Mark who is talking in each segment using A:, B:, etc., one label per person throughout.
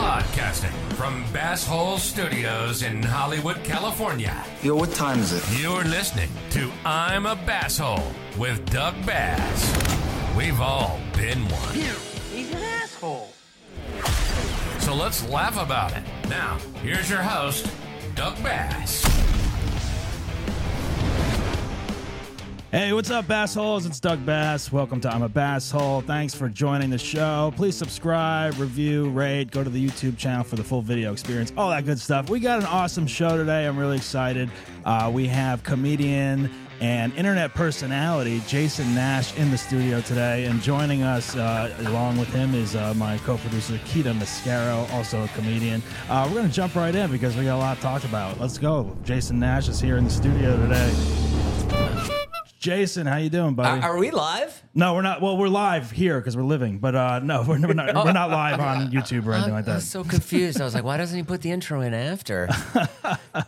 A: Broadcasting from Bass Hole Studios in Hollywood, California.
B: Yo, what time is it?
A: You're listening to I'm a Basshole with Doug Bass. We've all been one,
C: He's an asshole.
A: so let's laugh about it. Now, here's your host, Doug Bass.
D: Hey, what's up, bassholes? It's Doug Bass. Welcome to I'm a Basshole. Thanks for joining the show. Please subscribe, review, rate, go to the YouTube channel for the full video experience, all that good stuff. We got an awesome show today. I'm really excited. Uh, we have comedian and internet personality Jason Nash in the studio today, and joining us uh, along with him is uh, my co-producer Keita Mascaro, also a comedian. Uh, we're gonna jump right in because we got a lot to talk about. Let's go. Jason Nash is here in the studio today. Jason, how you doing, buddy?
E: Are we live?
D: no, we're not. Well, we're live here because we're living, but uh, no, we're, we're not. We're not live on YouTube or anything like
E: I
D: that.
E: was so confused. I was like, why doesn't he put the intro in after?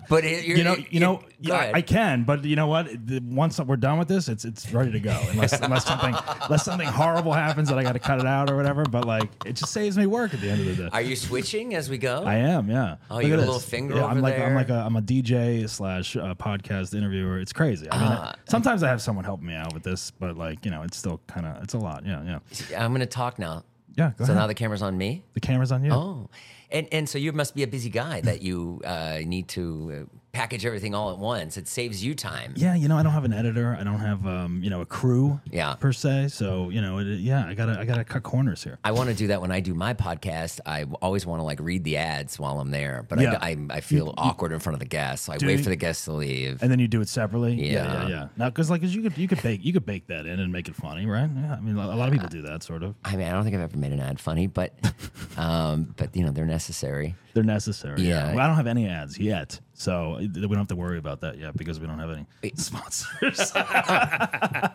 E: But it, you're,
D: you know,
E: you're-
D: you know,
E: go
D: I,
E: ahead.
D: I can, but you know what? The- Once we're done with this, it's it's ready to go. Unless unless something unless something horrible happens that I got to cut it out or whatever. But like, it just saves me work at the end of the day.
E: Are you switching as we go?
D: I am, yeah.
E: Oh,
D: Look
E: you
D: at
E: got a
D: this.
E: little finger
D: Yeah, I'm
E: over
D: like I'm
E: there.
D: like a I'm a DJ slash uh, podcast interviewer. It's crazy. I mean,
E: Ah.
D: I- sometimes I have someone help me out with this, but like you know, it's still kind of it's a lot. Yeah, yeah,
E: I'm going to talk now.
D: yeah. Go
E: so
D: ahead.
E: now the camera's on me.
D: the camera's on you.
E: Oh, and and so you must be a busy guy that you uh, need to uh, package everything all at once. It saves you time.
D: Yeah, you know, I don't have an editor. I don't have um, you know, a crew.
E: Yeah.
D: Per se. So you know, it, yeah, I gotta I gotta cut corners here.
E: I want to do that when I do my podcast. I always want to like read the ads while I'm there, but
D: Yeah.
E: I, I, I feel awkward in front of the guests. So I
D: Do
E: wait
D: you-
E: for the guests to leave.
D: And then you do it separately. yeah,
E: Yeah.
D: yeah. Now, because like, 'cause you could you could bake you could bake that in and make it funny, right? Yeah, I mean, a lot of people do that sort of.
E: I mean, I don't think I've ever made an ad funny, but um, but you know they're necessary.
D: They're necessary. Yeah.
E: Yeah.
D: Well, I don't have any ads yet, so we don't have to worry about that yet because we don't have any sponsors.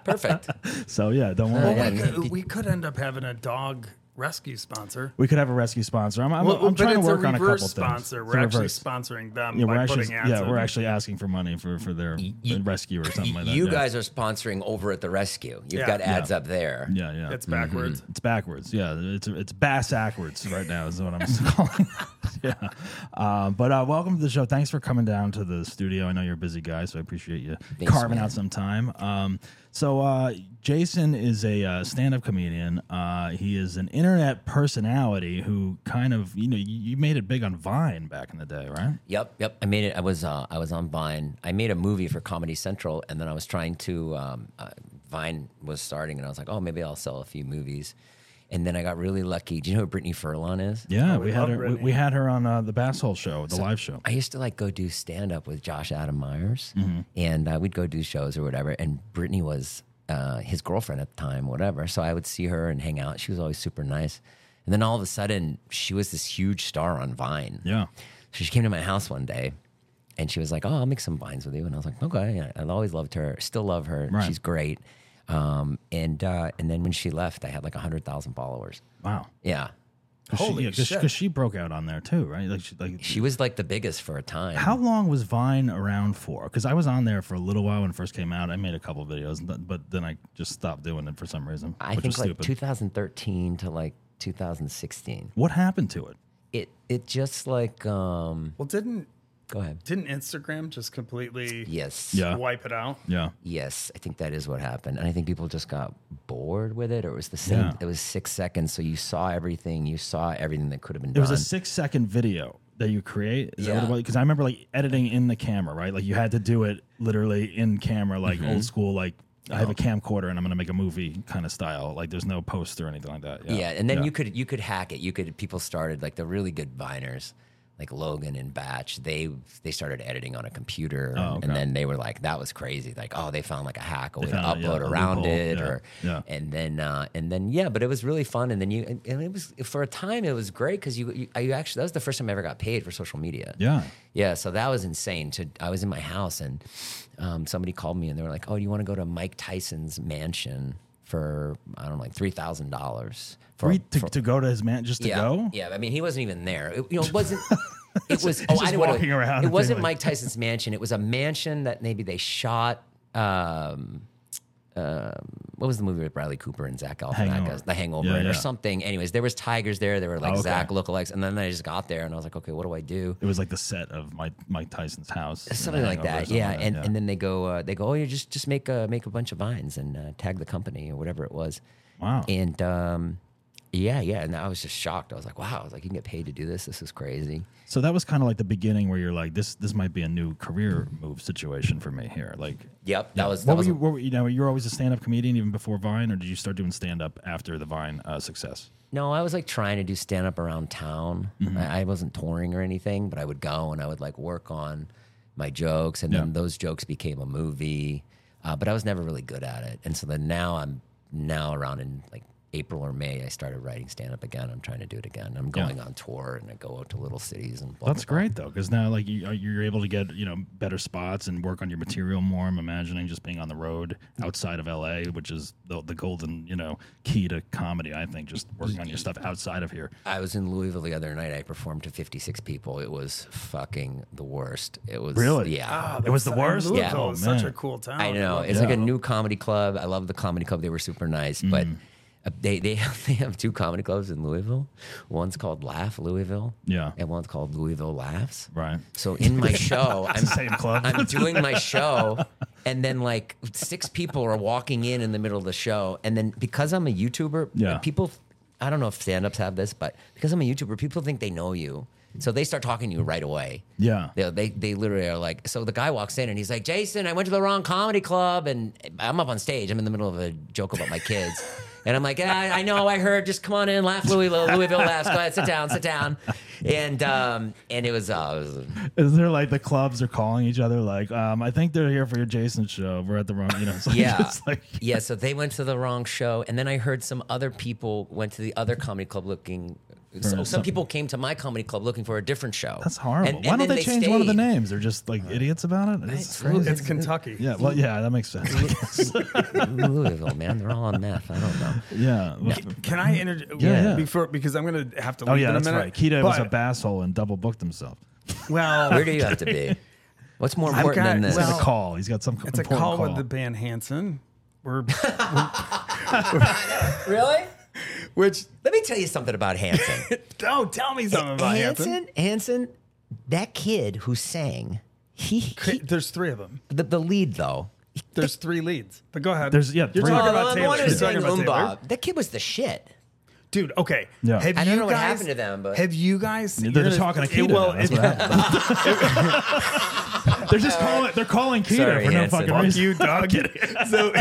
E: Perfect.
D: so yeah, don't worry.
E: Oh,
D: about
E: yeah.
D: it.
F: We could, uh, we could end up having a dog rescue sponsor.
D: We could have a rescue sponsor. I'm, I'm,
F: Well,
D: I'm
F: but
D: trying to
F: it's
D: work
F: a
D: on a couple
F: reverse
D: things.
F: sponsor.
D: It's
F: We're
D: a
F: actually
D: reverse.
F: sponsoring them
D: yeah,
F: by
D: we're actually
F: putting ads.
D: yeah,
F: in.
D: we're actually asking for money for for their rescue or something like that.
E: you
D: yeah.
E: guys are sponsoring over at the rescue. You've
F: Yeah.
E: got ads up there.
D: Yeah, yeah.
F: It's backwards.
D: It's backwards. Yeah, it's it's bass backwards right now is what I'm calling. it. yeah, um, but uh, welcome to the show. Thanks for coming down to the studio. I know you're a busy guy, so I appreciate you carving out some time. Um, so uh, Jason is a uh, stand-up comedian. Uh, he is an internet personality who kind of you know you, you made it big on Vine back in the day, right?
E: Yep, yep. I made it. I was uh, I was on Vine. I made a movie for Comedy Central, and then I was trying to um, uh, Vine was starting, and I was like, oh, maybe I'll sell a few movies. And then I got really lucky. Do you know who Brittany Furlan is?
D: Yeah, we, had
F: love
D: her. We,
F: Brittany.
D: we had her on uh, the Bass Hole show, the live show.
E: I used to like go do stand up with Josh Adam Myers,
D: Mm-hmm.
E: and uh, we'd go do shows or whatever. And Brittany was uh, his girlfriend at the time, whatever. So I would see her and hang out. She was always super nice. And then all of a sudden, she was this huge star on Vine.
D: Yeah.
E: So she came to my house one day and she was like, Oh, I'll make some vines with you. And I was like, Okay. And I've always loved her, still love her.
D: Right.
E: She's great. Um, and uh, and then when she left, I had like 100,000 followers.
D: Wow.
E: Yeah.
D: Holy
F: Holy
D: she,
F: shit.
D: Because she broke out on there too, right? Like, she, like
E: She was like the biggest for a time.
D: Mm. How long was Vine around for? Because I was on there for a little while when it first came out. I made a couple videos, but- but then I just stopped doing it for some reason,
E: I
D: which
E: think
D: was
E: like
D: stupid.
E: 2013 to like 2016.
D: what happened to it?
E: It it just like um
F: Well, didn't
E: go ahead.
F: didn't Instagram just completely
E: Yes.
D: Yeah.
F: wipe it out?
D: Yeah,
E: Yes, I think that is what happened, and I think people just got bored with it, or it was the same.
D: Yeah.
E: It was six seconds, so you saw everything. You saw everything that could have been
D: it
E: done.
D: was a six-second video that you create. Is that what
E: Yeah.
D: it was? Because I remember like editing in the camera, right? Like you had to do it literally in camera, like
E: Mm-hmm.
D: old school, like. I
E: Oh.
D: have a camcorder and I'm going to make a movie kind of style. Like there's no post or anything like that. Yeah.
E: Yeah, and then you could you could hack it. You could people started like the really good viners, like Logan and Batch. They they started editing on a computer, and,
D: Oh, okay.
E: and then they were like, "That was crazy!" Like, oh, they found like a hack, a way to
D: found it, yeah,
E: upload
D: a
E: around
D: loophole,
E: it,
D: yeah,
E: or
D: yeah.
E: and then uh, and then yeah, but it was really fun. And then you and, and it was for a time it was great because you, you you actually that was the first time I ever got paid for social media.
D: Yeah.
E: Yeah, so that was insane. To I was in my house and um, somebody called me and they were like, "Oh, do you want to go to Mike Tyson's mansion for I don't know, like three thousand dollars for
D: Free to, to go to his man just to
E: yeah,
D: go?
E: Yeah, I mean, he wasn't even there. It, you know, it wasn't. It was. oh,
D: just
E: I know what it-
D: walking around and
E: It
D: being
E: wasn't
D: like-
E: Mike Tyson's mansion. It was a mansion that maybe they shot. Um, what was the movie with Bradley Cooper and Zach Galifianakis?
D: Hangover.
E: The Hangover
D: Yeah,
E: or
D: yeah.
E: something. Anyways, there was tigers there. There were like
D: Oh, okay.
E: Zach lookalikes, and then I just got there and I was like, okay, what do I do?
D: It was like the set of Mike Mike Tyson's house, in
E: something
D: The
E: like
D: Hangover or
E: that.
D: something
E: Yeah, and
D: yeah.
E: and then they go uh, they go oh yeah just just make a make a bunch of vines and uh, tag the company or whatever it was.
D: Wow.
E: And um, yeah, yeah, and I was just shocked. I was like, wow, I was like you can get paid to do this. This is crazy.
D: so that was kind of like the beginning where you're like, this this might be a new career move situation for me here. Like,
E: Yep, that was that
D: what were
E: was
D: you? What were, you know, you were always a stand up comedian even before Vine, or did you start doing stand up after the Vine uh, success?
E: No, I was like trying to do stand up around town.
D: Mm-hmm.
E: I, I wasn't touring or anything, but I would go and I would like work on my jokes, and
D: Yeah.
E: then those jokes became a movie. Uh, but I was never really good at it, and so then now I'm now around in like April or May, I started writing stand up again. I'm trying to do it again. I'm going on tour and I go out to little cities and blah,
D: That's great though, because now like you, uh, you're able to get you know better spots and work on your material more. I'm imagining just being on the road outside of LA, which is the, the golden you know key to comedy. I think just working on your stuff outside of here.
E: I was in Louisville the other night. I performed to 56 people. It was fucking the worst. It was
D: Really?
E: yeah.
F: Oh,
D: It was the
F: that's-
D: worst?
F: and
E: Yeah.
F: Louisville
D: Oh,
F: is such
D: man.
F: a cool town.
E: I know. It's like a new comedy club. I love the comedy club. They were super nice, but
D: Mm.
E: uh, they they have, they have two comedy clubs in Louisville. One's called Laugh Louisville,
D: Yeah.
E: and one's called Louisville Laughs.
D: Right.
E: So in my show, I'm
D: Same club.
E: I'm doing my show, and then like six people are walking in in the middle of the show, and then because I'm a YouTuber,
D: Yeah.
E: people. I don't know if stand-ups have this, but because I'm a YouTuber, people think they know you, so they start talking to you right away.
D: Yeah.
E: They, they they literally are like. So the guy walks in and he's like, "Jason, I went to the wrong comedy club, and I'm up on stage. I'm in the middle of a joke about my kids." And I'm like, "Ah, I know, I heard. Just come on in, laugh, Louisville, Louisville laughs. Go ahead, sit down, sit down. And um, and it was, uh, it was
D: Is there like the clubs are calling each other like, um, I think they're here for your Jason show. We're at the wrong, you know. It's like,
E: Yeah.
D: It's like,
E: yeah, so they went to the wrong show. And then I heard some other people went to the other comedy club looking. so some
D: some-
E: people came to my comedy club looking for a different show.
D: that's horrible.
E: And-
D: Why
E: and
D: don't
E: then
D: they, change one of the
E: stayed.
D: names? They're just like idiots about it. It's
E: Right.
D: crazy.
F: It's Kentucky.
D: Yeah. Well, yeah, that makes sense.
E: Louisville, man. They're all on meth. I don't know.
D: yeah.
F: Can I interject?
D: Yeah, yeah.
F: Before, because I'm going to have to leave
D: Oh yeah,
F: in a
D: that's
F: minute.
D: right. Keto was a
F: But-
D: basshole and double booked himself.
F: Well,
E: Where do you have to be? What's more
F: I've
E: important
F: got-
E: than this?
D: It's
F: Well,
D: a call. He's got some
F: it's a
D: important
F: call, with the band Hanson. We're,
E: really?
F: which,
E: Let me tell you something about Hanson.
F: oh, tell me something about Hanson.
E: Hanson, Hanson, that kid who sang, he, he-
F: There's three of them.
E: the, the lead though.
F: There's three leads. But go ahead.
D: There's- yeah,
F: You're
D: three.
F: talking
D: Oh,
F: about
E: I'm
F: Taylor. You're
E: wondering
F: talking about
E: saying
F: Taylor.
E: Umba. That kid was the shit.
F: Dude, okay.
D: Yeah.
F: Have
E: I don't
F: you
E: know what
F: guys-
E: happened to them, but-
F: have you guys?
D: They're
F: you're
D: just
F: gonna-
D: talking to
F: it-
D: Keto.
F: Well,
D: that's
F: it-
D: what happened. they're just calling. They're calling Keto
E: Sorry,
D: for no
E: Hanson.
D: fucking
E: Fuck
D: reason.
F: you, dog. so,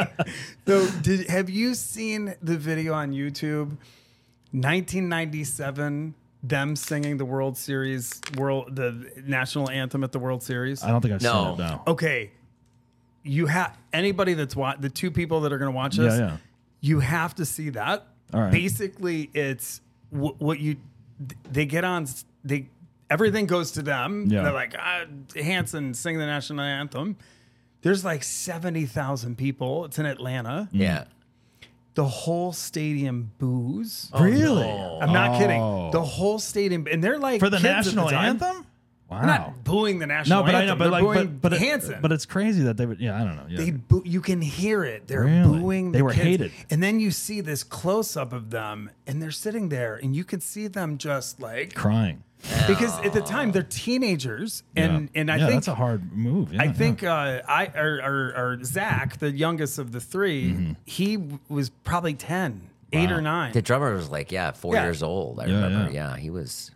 F: so did, have you seen the video on YouTube? 1997, them singing the World Series, world the national anthem at the World Series.
D: I don't think I've
E: No.
D: seen it. No.
F: okay, you have anybody that's watch the two people that are going to watch this.
D: Yeah, yeah.
F: You have to see that.
D: All right.
F: Basically, it's wh- what you th- they get on. s- They everything goes to them.
D: Yeah.
F: They're like ah, Hanson sing the national anthem. There's like seventy thousand people. It's in Atlanta.
E: Yeah.
F: The whole stadium boos.
D: Oh, Really?
F: I'm not
D: Oh.
F: kidding. The whole stadium, and they're like
D: For the
F: kids at
D: national
F: time.
D: anthem? Wow.
F: They're not booing the national
D: no, but
F: anthem.
D: I know, but
F: They're
D: like,
F: booing
D: but, but it-
F: Hanson.
D: but it's crazy that they would. Yeah, I don't know. Yeah.
F: They boo- you can hear it. They're
D: Really?
F: booing.
D: They
F: the
D: were
F: kids.
D: hated.
F: And then you see this close up of them, and they're sitting there, and you can see them just like
D: crying.
F: because at the time they're teenagers, and
D: yeah.
F: and I
D: yeah,
F: think
D: that's a hard move. Yeah,
F: I
D: yeah.
F: think uh, I or, or, or Zach, the youngest of the 3
D: Mm-hmm.
F: he w- was probably ten, eight or nine.
E: The drummer was like, yeah, four
F: Yeah.
E: years old. I remember.
D: yeah.
E: Yeah. he was.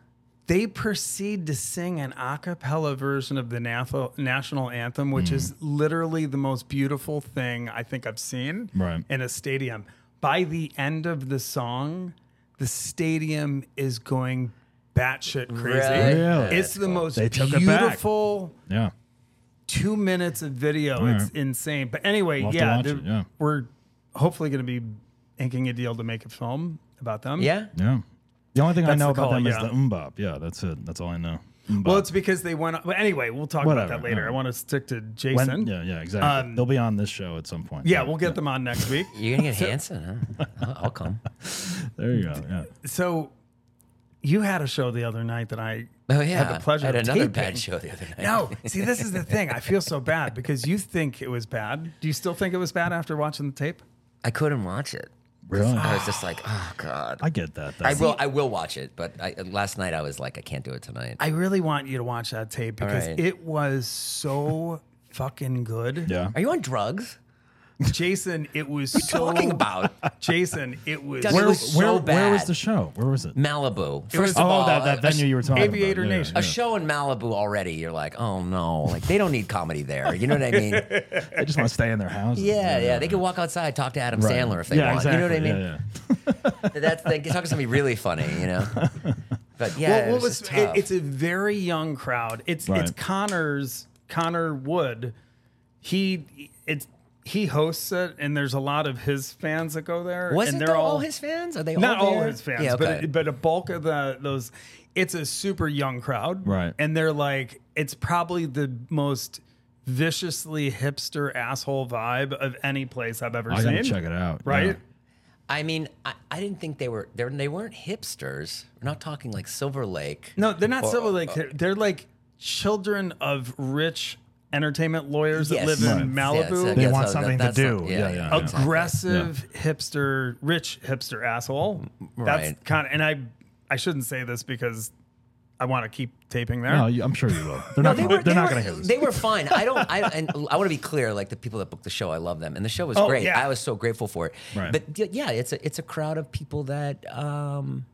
F: they proceed to sing an a cappella version of the nath- national anthem, which
D: Mm.
F: is literally the most beautiful thing I think I've seen
D: Right.
F: in a stadium. By the end of the song, the stadium is going batshit crazy.
E: Really?
D: Really?
F: It's the most
D: They took it back.
F: beautiful
D: Yeah.
F: two minutes of video. it's
D: right.
F: insane. But anyway,
D: We'll have to
F: yeah,
D: watch
F: the-
D: it, yeah.
F: we're hopefully going to be inking a deal to make a film about them.
E: Yeah.
D: Yeah. The only thing I
F: That's
D: know
F: the
D: about
F: call,
D: them is
F: yeah.
D: the umbop. Yeah, that's it. That's all I know.
F: Well,
D: Umbop.
F: it's because they went. Well, anyway, we'll talk
D: Whatever,
F: about that later.
D: yeah.
F: I want to stick to
D: When-
F: Jason.
D: yeah, yeah, exactly.
F: Um,
D: They'll be on this show at some point.
F: Yeah, we'll get them on next week.
E: You're going to get Hanson, huh? I'll, I'll come.
D: There you go. Yeah.
F: So You had a show the other night that I
E: Oh yeah,
F: had the pleasure
E: I had
F: of
E: another
F: taping.
E: bad show the other night.
F: No, see, this is the thing. I feel so bad because you think it was bad. Do you still think it was bad after watching the tape?
E: I couldn't watch it.
D: Really?
E: I was just like, oh god.
D: I get that. Though.
E: I will. I will watch it, but I, last night I was like, I can't do it tonight.
F: I really want you to watch that tape because
E: right.
F: it was so fucking good.
D: yeah.
E: Are you on drugs?
F: Jason, it was so
E: Talking about
F: Jason, it was
E: Doug, it was so
D: where, where
E: bad.
D: was the show? Where was it?
E: Malibu. First
F: was-
E: of
D: Oh,
E: all,
D: that, that
E: a-
D: venue you were talking
F: Aviator
D: about. Yeah,
F: Nation.
E: a show in Malibu already. You're like, oh no, like they don't need comedy there. You know what I mean? yeah,
D: yeah. They just want to stay in their house.
E: yeah, They can walk outside, talk to Adam Sandler if they
D: yeah,
E: want.
D: Exactly.
E: You know what I mean?
D: Yeah, yeah.
E: That's they can talk to somebody really funny. You know. But yeah,
F: Well,
E: it
F: what
E: was
F: was,
E: just
F: it-
E: tough.
F: it's a very young crowd. It's it's
D: Right.
F: Connor's Connor Wood. He it's he hosts it, and there's a lot of his fans that go there.
E: was
F: and
E: it
F: they're
E: though, all, his fans? Are they
F: not
E: all,
F: all
E: there?
F: his fans,
E: Yeah, okay.
F: but but a bulk of the those. It's a super young crowd,
D: Right.
F: And they're like, it's probably the most viciously hipster asshole vibe of any place I've ever
D: I
F: seen.
D: gotta check it out.
F: right?
D: Yeah.
E: I mean, I, I didn't think they were they they weren't hipsters. We're not talking like Silver Lake.
F: No, they're not civil.
E: uh,
F: Like they're, they're like children of rich entertainment lawyers
E: Yes.
F: that live in
E: Right. Yeah,
F: Malibu.
E: it's-
D: They
E: yeah,
D: want
E: so
D: something to
E: that's
D: do.
E: not-
D: Yeah,
E: yeah,
D: yeah.
E: yeah.
D: yeah.
F: aggressive hipster, rich hipster asshole. That's
E: Mm, Right.
F: kind of, and I, I shouldn't say this because I want to keep taping there.
D: No, Oh, you, I'm sure you will. They're not.
E: they
D: gonna,
E: were,
D: they're
E: they
D: not
E: were-
D: going to hear this.
E: They were fine. I don't. I and I want to be clear. Like the people that booked the show, I love them, and the show was
F: Oh,
E: great.
F: yeah.
E: I was so grateful for it.
D: Right.
E: But y- yeah, it's a it's a crowd of people that. Um,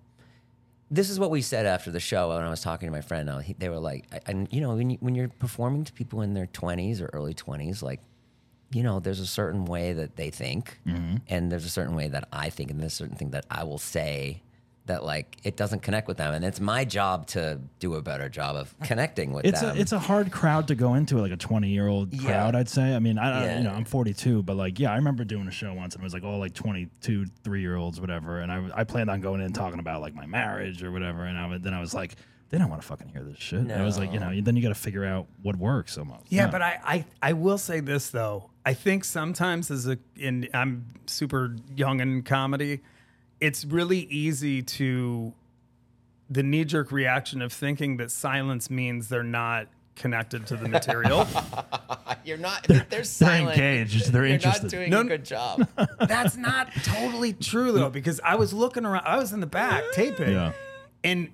E: this is what we said after the show when I was talking to my friend. uh, he- They were like, I- and you know, when, you, when you're performing to people in their 20s or early 20s, like, you know, there's a certain way that they think,
D: Mm-hmm.
E: and there's a certain way that I think, and there's a certain thing that I will say that like it doesn't connect with them, and it's my job to do a better job of connecting with
D: it's
E: them.
D: a it's a hard crowd to go into, like a 20 year old
E: Yeah.
D: crowd. I'd say. I mean, I
E: Yeah.
D: you know I'm 42, but like yeah, I remember doing a show once and it was like all like 22, three year olds, whatever. And I was- I planned on going in talking about like my marriage or whatever, and I would- then I was like. They don't want to fucking hear this shit. And I was like, you know, then you got to figure out what works almost.
F: Yeah, but I, I I will say this though. I think sometimes as a and I'm super young in comedy, it's really easy to the knee jerk reaction of thinking that silence means they're not connected to the material.
E: You're not. They're,
D: they're engaged. They're interested.
F: No, a no. good
E: job.
F: That's not totally true though, because I was looking around I was in the back taping
D: Yeah.
F: and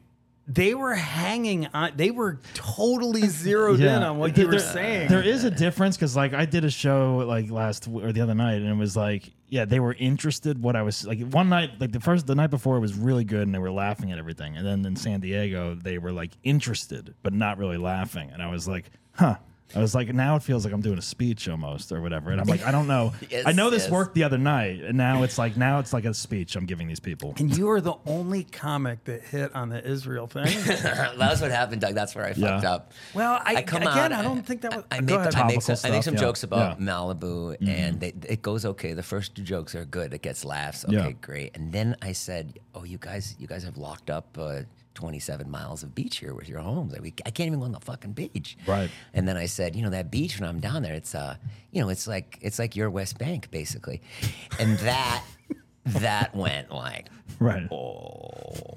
F: they were hanging on they were totally zeroed in on what
D: There-
F: you were
D: there-
F: saying.
D: There is a difference because, like, I did a show like last w- or the other night, and it was like, yeah, they were interested what I was like. One night, like the first, the night before, it was really good, and they were laughing at everything. And then in San Diego, they were like interested but not really laughing. And I was like, huh. I was like, now it feels like I'm doing a speech almost or whatever. And I'm like, I don't know.
E: Yes,
D: I know this
E: yes.
D: worked the other night, and now it's like, now it's like a speech I'm giving these people.
F: and you were the only comic that hit on the Israel thing.
E: That's what happened, Doug. That's where I
D: Yeah.
E: fucked up.
F: Well, I-
E: come out,
F: again, I don't think that was-
E: I, I
F: go
E: make,
F: ahead.
E: I make some,
D: Topical
E: I make some
D: stuff, yeah.
E: jokes about
D: Yeah. Mm-hmm.
E: Malibu, and they, it goes okay. The first two jokes are good. It gets laughs. Okay,
D: Yeah.
E: great. And then I said, "Oh, you guys, you guys have locked up uh, 27 miles of beach here with your homes. Like, we, I can't even go on the fucking beach."
D: Right.
E: And then I said, "You know that beach when I'm down there, it's uh, you know, it's like it's like your West Bank basically," and that that went like.
D: Right.
F: Oh.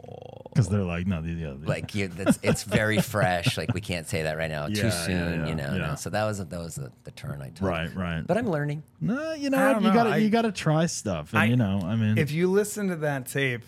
D: Because they're like, no, the, the, the,
E: like you, that's, it's very fresh. Like we can't say that right now.
D: Yeah,
E: Too
D: yeah,
E: soon,
D: yeah,
E: you know.
D: yeah.
E: no. So that was that was the, the turn I took.
D: Right, right.
E: But I'm learning.
D: No, you know,
F: I
D: what?
F: don't
D: you
F: know.
D: gotta
F: I-
D: you gotta try stuff, and
F: I-
D: you know, I mean,
F: if you listen to that tape,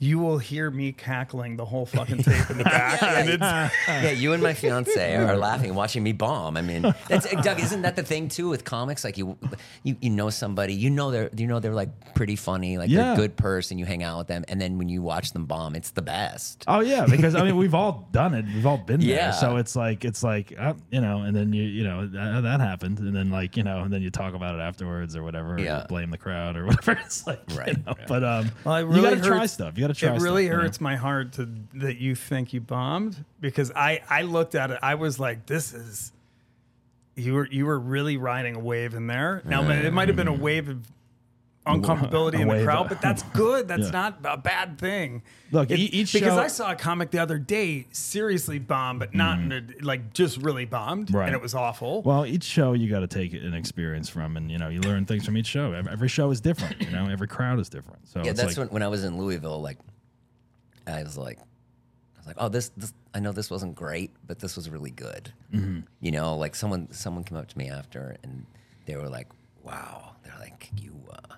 F: you will hear me cackling the whole fucking tape in the back. and
D: Ah.
F: it's,
E: yeah, you and my fiance are laughing, and watching me bomb. I mean, that's, uh, Doug, isn't that the thing too with comics? Like you, you, you know somebody, you know they're you know they're like pretty funny, like they're
D: Yeah.
E: a good person. You hang out with them, and then when you watch them bomb, it's the best.
D: oh yeah, because I mean, we've all done it, we've all been
E: Yeah.
D: there, so it's like it's like uh, you know, and then you you know that, that happened, and then like you know, and then you talk about it afterwards or whatever, or you
E: Yeah.
D: blame the crowd or whatever. It's like you
E: Right,
D: know, but um,
F: Well, it
D: you
F: really
D: gotta try
F: hurts-
D: stuff. You gotta try.
F: it really
D: stuff, you know?
F: hurts my heart to that you think you bombed because I I looked at it. I was like, this is you were you were really riding a wave in there. Now it might have been a wave of uncomfortability
D: A
F: in the
D: wave
F: crowd,
D: of-
F: but that's good. That's
D: Yeah.
F: not a bad thing.
D: Look, e- each
F: because
D: show-
F: I saw a comic the other day seriously bomb, but not in a, like just really bombed,
D: Mm-hmm. Right.
F: and it was awful.
D: Well, each show you got to take an experience from, and you know, you learn things from each show. Ev- Every show is different, you know. Every crowd is different. So
E: Yeah,
D: it's
E: that's
D: like,
E: when, when I was in Louisville. Like, I was like, was like, oh, this, this I know this wasn't great, but this was really good.
D: Mm-hmm.
E: You know, like someone someone came up to me after and they were like, wow, they're like you. Uh,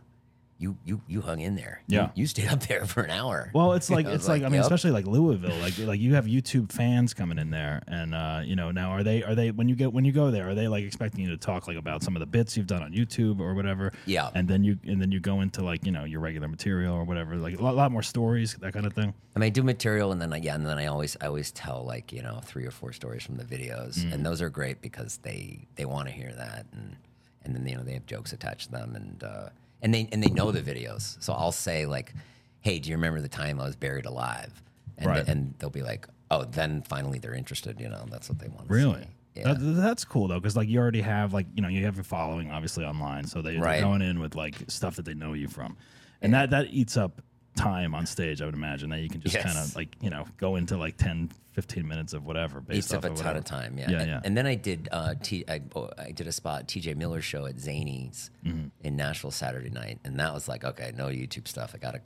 E: you, you you hung in there. You-
D: Yeah.
E: you, stayed up there for an hour.
D: Well, it's like
E: I
D: it's
E: was
D: like,
E: like,
D: I mean,
E: yep.
D: especially like Louisville, like like you have YouTube fans coming in there, and uh, you know now are they are they when you get when you go there are they like expecting you to talk like about some of the bits you've done on YouTube or whatever?
E: Yeah.
D: and then you and then you go into like you know your regular material or whatever, like a lot, lot more stories that kind of thing.
E: I mean, I do material, and then I, yeah, and then I always I always tell like you know three or four stories from the videos,
D: Mm.
E: and those are great because they they want to hear that, and and then you know they have jokes attached to them, and uh, and they and they know the videos, so I'll say like, hey, do you remember the time I was buried alive? And
D: Right.
E: and they'll be like, oh, then finally they're interested, you know, that's what they want.
D: Really.
E: Yeah.
D: That, that's cool though, because like you already have like you know you have your following obviously online, so they,
E: Right.
D: they're going in with like stuff that they know you from, and that that eats up time on stage. I would imagine that you can just
E: Yes.
D: kind of like you know go into like 10, 15 minutes of whatever. Based
E: Eats up
D: off
E: a
D: of
E: ton
D: whatever.
E: of time, yeah.
D: Yeah,
E: and,
D: yeah.
E: and then I did uh, T, I, oh, I did a spot TJ Miller show at Zany's
D: Mm-hmm.
E: in Nashville Saturday night, and that was like, okay, no YouTube stuff. I gotta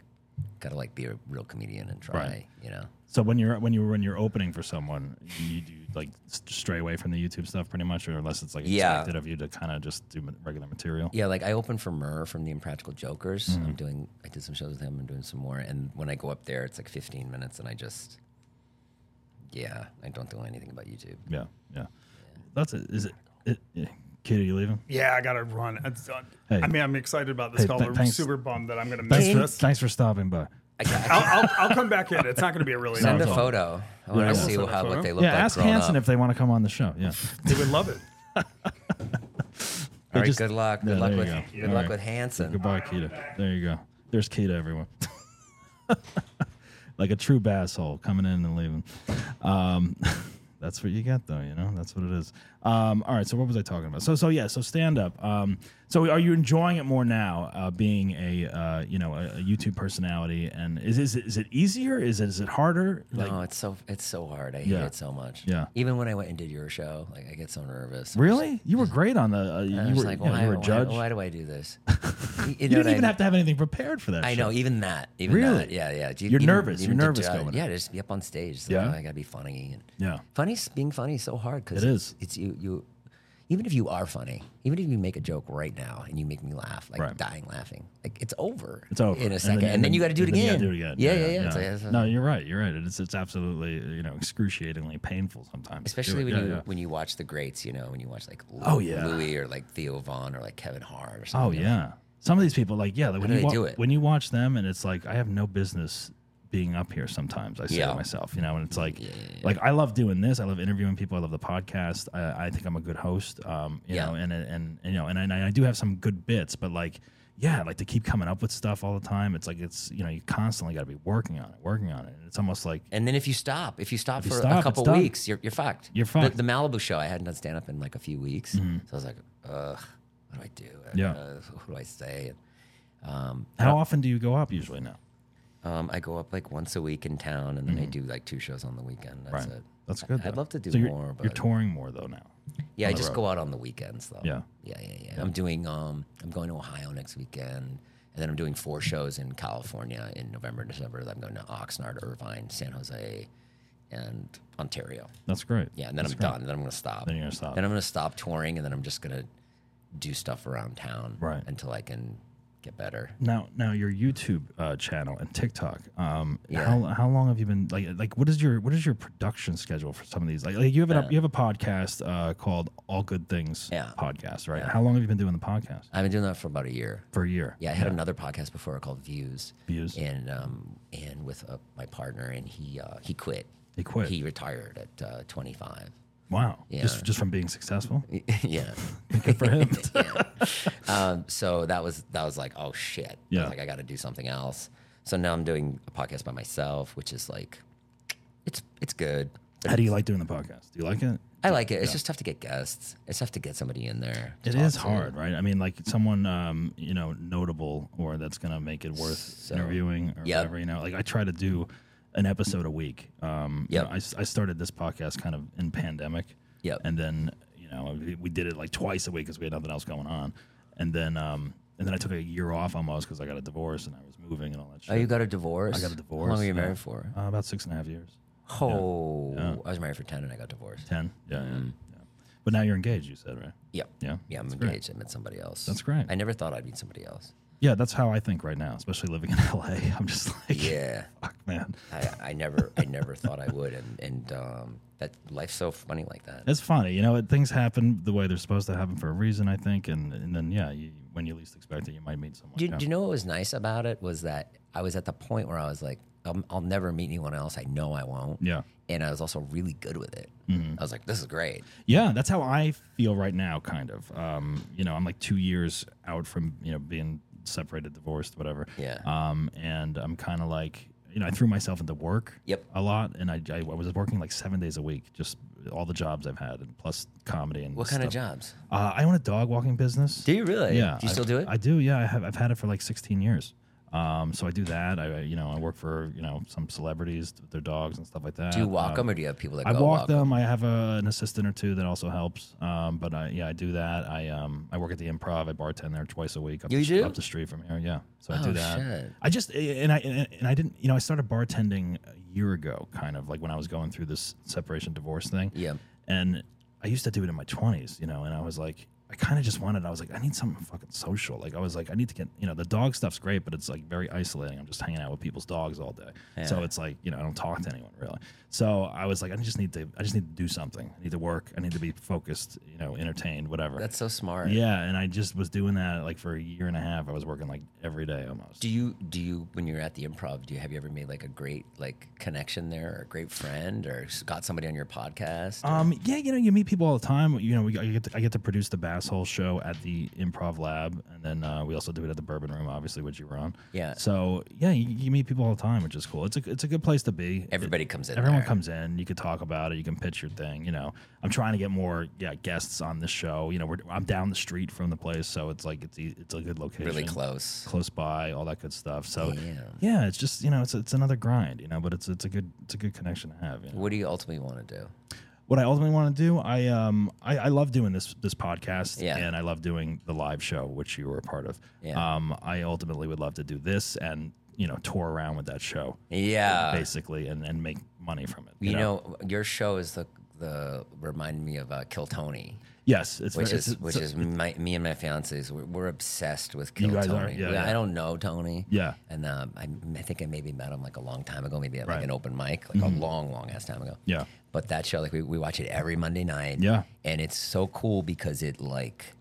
E: gotta like be a real comedian and try,
D: Right.
E: you know.
D: So when you're when you when you're opening for someone, you do like s- stray away from the YouTube stuff pretty much, or unless it's like
E: Yeah.
D: expected of you to kind of just do ma- regular material.
E: Yeah, like I opened for Murr from the Impractical Jokers.
D: Mm-hmm.
E: I'm doing, I did some shows with him. I'm doing some more, and when I go up there, it's like 15 minutes, and I just, yeah, I don't do anything about YouTube.
D: yeah, yeah. That's it. Is it? it, it Kitty, you leaving?
F: Yeah, I gotta run. It's, uh,
D: Hey.
F: I mean, I'm excited about this
D: Hey,
F: call.
D: th-
F: but I'm
D: thanks.
F: super bummed that I'm gonna miss
D: Thanks for,
F: this.
D: thanks for stopping by.
E: I, ca- I ca-
F: I'll, I'll, I'll come back in. It's not gonna be a really
E: send
F: long
E: a
F: call.
E: photo. I want
D: I will
E: to see
F: send a
E: how
F: photo.
E: what they look
D: Yeah,
E: like.
D: ask
E: grown
D: Hanson
E: up.
D: if they want to come on the show. Yeah,
F: They would love it.
E: All right,
D: just-
E: good luck. Good
D: Yeah,
E: luck
D: there
E: with
D: you go.
E: good
D: All
E: luck
D: right.
E: with Hanson.
D: goodbye, Kita. There you go. There's Kita, everyone. like a true basshole coming in and leaving. Um, that's what you get, though. You know, that's what it is. Um, all right. So what was I talking about? So so yeah. So stand up. Um, so are you enjoying it more now, uh, being a uh, you know a, a YouTube personality? And is is it, is it easier? Is it is it harder? Like
E: no, it's so it's so hard. I
D: Yeah.
E: hate it so much.
D: Yeah.
E: Even when I went and did your show, like I get so nervous. I'm
D: really, you were great on the. Uh,
E: just- I
D: you were,
E: was like,
D: you know,
E: why,
D: you were a
E: why-
D: judge.
E: why do I do this?
D: you didn't even have to have anything prepared for that.
E: I
D: show.
E: know, even that. Even
D: Really?
E: That, yeah, yeah. Do you-
D: You're
E: even-
D: nervous.
E: even
D: You're
E: to
D: nervous
E: judge-
D: going in.
E: Yeah, just be up on stage. It's
D: Yeah.
E: Like, oh, I gotta be funny. And
D: Yeah.
E: Funny's being funny is so hard because
D: It is.
E: It's you. You. Even if you are funny, even if you make a joke right now and you make me laugh, like
D: Right.
E: dying laughing, like it's over.
D: It's over
E: in a second, and then, you got to do it
D: and then you
E: again.
D: gotta do it again.
E: Yeah, yeah, yeah. It's like- it's like-
D: No, you're right. You're right. It's it's absolutely you know excruciatingly painful sometimes. to do
E: especially
D: it.
E: when
D: Yeah,
E: you
D: yeah.
E: when you watch the greats, you know, when you watch like Lou-
D: Oh, yeah.
E: Louis or like Theo Vaughn or like Kevin Hart or something.
D: Oh
E: you're like,
D: yeah. Some of these people, like yeah, like, when
E: do
D: you
E: they
D: wa-
E: do it?
D: when you watch them, and it's like I have no business being up here. Sometimes I say
E: Yeah.
D: to myself, you know, and it's like, like I love doing this. I love interviewing people. I love the podcast. I, I think I'm a good host. Um, you
E: Yeah.
D: know, and, and and you know, and I, and I do have some good bits, but like. Yeah, like to keep coming up with stuff all the time. It's like it's you know you constantly got to be working on it, working on it. It's almost like
E: And then if you stop, if you stop
D: you
E: for
D: stop,
E: a couple
D: it's done.
E: weeks, you're, you're fucked.
D: You're
E: The-
D: fucked. Mm-hmm.
E: The, Malibu show, I hadn't done stand up in like a few weeks. So I was like, ugh, what do I do?
D: Yeah.
E: Uh, what do I say? Um,
D: How often do you go up usually now?
E: um, I go up like once a week in town and then I do like two shows on the weekend. That's it.
D: Mm-hmm. That's good.
E: I- I'd
D: though.
E: love to do
D: So you're,
E: more,
D: you're
E: but
D: touring more though now.
E: yeah, I
D: the
E: just
D: road.
E: go out on the weekends though.
D: Yeah.
E: Yeah, yeah, yeah. I'm doing, um, I'm going to Ohio next weekend. And then I'm doing four shows in California in November, December. I'm going to Oxnard, Irvine, San Jose, and Ontario.
D: That's great.
E: Yeah, and then
D: That's
E: I'm
D: great.
E: done. Then I'm gonna stop.
D: Then you're gonna stop.
E: Then I'm gonna stop touring, and then I'm just gonna do stuff around town,
D: Right.
E: Until I can get better.
D: Now, now your YouTube uh, channel and TikTok. Um,
E: Yeah.
D: how, how long have you been like like what is your what is your production schedule for some of these? Like, like you have an, up you have a podcast uh, called All Good Things
E: Yeah.
D: podcast, right? How long have you been doing the podcast
E: I've been doing that for about a year.
D: for a year?
E: Yeah, I had another podcast before called Views.
D: Views.
E: And um, and with uh, my partner, and he uh, he quit.
D: He quit.
E: He retired at uh, 25.
D: Wow.
E: Yeah.
D: Just just from being successful.
E: yeah.
D: Good for him.
E: Yeah. um, so that was that was like oh shit. I
D: Yeah.
E: was like I got to do something else. So now I'm doing a podcast by myself, which is like, it's it's good.
D: How do you like doing the podcast? Do you like it?
E: I like it. It's just tough to get guests. It's tough to get somebody in there. to
D: It
E: talk
D: is
E: to.
D: hard, right? I mean, like someone um, you know notable or that's gonna make it worth interviewing or
E: Yep.
D: whatever. You know, like I try to do an episode a week. Um, you
E: Yep.
D: know, I, s- I started this podcast kind of in pandemic.
E: Yep.
D: and then you know we- we did it like twice a week because we had nothing else going on, and then um, and then I took a year off almost because I got a divorce and I was moving and all that shit.
E: Oh, you got a divorce?
D: I got a
E: How long
D: divorce,
E: were you
D: yeah.
E: married for?
D: uh, about six and a half years.
E: Oh, I was married for 10 and I got divorced.
D: Ten. Yeah, yeah,
E: Mm.
D: yeah. But now you're engaged. You said right.
E: Yep.
D: Yeah,
E: Yeah, I'm
D: that's great.
E: engaged. I met somebody else.
D: That's great.
E: I never thought I'd meet somebody else.
D: Yeah, that's how I think right now, especially living in LA. I'm just like,
E: Yeah.
D: fuck, man.
E: I, I never I never thought I would. And, and um, that life's so funny like that.
D: It's funny, you know. it- Things happen the way they're supposed to happen for a reason, I think. And and then yeah, you, when you least expect it, you might meet someone.
E: Do,
D: yeah.
E: do you know what was nice about it was that I was at the point where I was like, um, I'll never meet anyone else. I know I won't.
D: Yeah. Mm-hmm.
E: And I was also really good with it. I was like, this is great.
D: Yeah, that's how I feel right now, kind of. Um, you know, I'm like two years out from you know being separated, divorced, whatever.
E: Yeah.
D: Um, and I'm kind of like, you know, I threw myself into work.
E: Yep.
D: A lot, and I, I I was working like seven days a week, just all the jobs I've had, and plus comedy and
E: What kind of
D: stuff.
E: jobs?
D: Uh, I own a dog walking business.
E: Do you really?
D: Uh, Yeah.
E: Do you still
D: I,
E: do it?
D: I do. Yeah, I have. I've had it for like 16 years. Um, so I do that. I, I- you know, I work for you know some celebrities, their dogs and stuff like that.
E: do you walk
D: Um,
E: them or do you have people that
D: I
E: go
D: walk,
E: walk 'em?
D: them. I have a, an assistant or two that also helps. Um, but I, yeah, I do that. I um, I work at the Improv. I bartend there twice a week. Up
E: You
D: the,
E: do?
D: up the street from here. Yeah, so I
E: Oh,
D: do that.
E: shit.
D: I just and I and I didn't. You know, I started bartending a year ago, kind of like when I was going through this separation divorce thing.
E: Yeah.
D: And I used to do it in my twenties, you know, and I was like. I kind of just wanted. I was like, I need something fucking social. Like, I was like, I need to get. You know, the dog stuff's great, but it's like very isolating. I'm just hanging out with people's dogs all day. So
E: Yeah.
D: it's like you know I don't talk to anyone really. So I was like I just need to I just need to do something. I need to work. I need to be focused. You know, entertained, whatever.
E: That's so smart.
D: yeah, and I just was doing that like for a year and a half. I was working like every day almost.
E: Do you do you when you're at the improv? Do you have you ever made like a great like connection there, or a great friend, or s- got somebody on your podcast?
D: Um, yeah, you know, you meet people all the time. You know, we, I, get to, I get to produce the Bass Hole show at the Improv Lab, and then uh, we also do it at the Bourbon Room, obviously, which you were on.
E: Yeah.
D: So yeah, you, you meet people all the time, which is cool. It's a it's a good place to be.
E: Everybody comes in.
D: Everyone
E: there.
D: comes in. You can talk about it. You can pitch your thing. You know, I'm trying to get more yeah guests on this show. You know, we're, I'm down the street from the place, so it's like it's e- it's a good location,
E: really close.
D: close by, all that good stuff. So
E: Yeah.
D: yeah, it's just you know it's it's another grind, you know, but it's it's a good it's a good connection to have. You know?
E: What do you ultimately want to do?
D: What I ultimately want to do, I um I, I love doing this this podcast,
E: Yeah.
D: and I love doing the live show which you were a part of.
E: Yeah.
D: Um, I ultimately would love to do this and you know tour around with that show
E: Yeah,
D: basically and and make money from it.
E: you know, your show is the the reminded me of uh, Kill Tony,
D: Yes, it's
E: which
D: it's,
E: is
D: it's-
E: which is my, me and my fiancees. We're, we're obsessed with Kill
D: guys are?
E: Tony.
D: Yeah,
E: We-
D: yeah.
E: I don't know Tony.
D: Yeah.
E: and um, I, I think I maybe met him like a long time ago, maybe at
D: Right. Mm-hmm.
E: like an open mic, like a long, long ass time ago.
D: Yeah.
E: But that show, like we, we watch it every Monday night.
D: Yeah.
E: And it's so cool because it like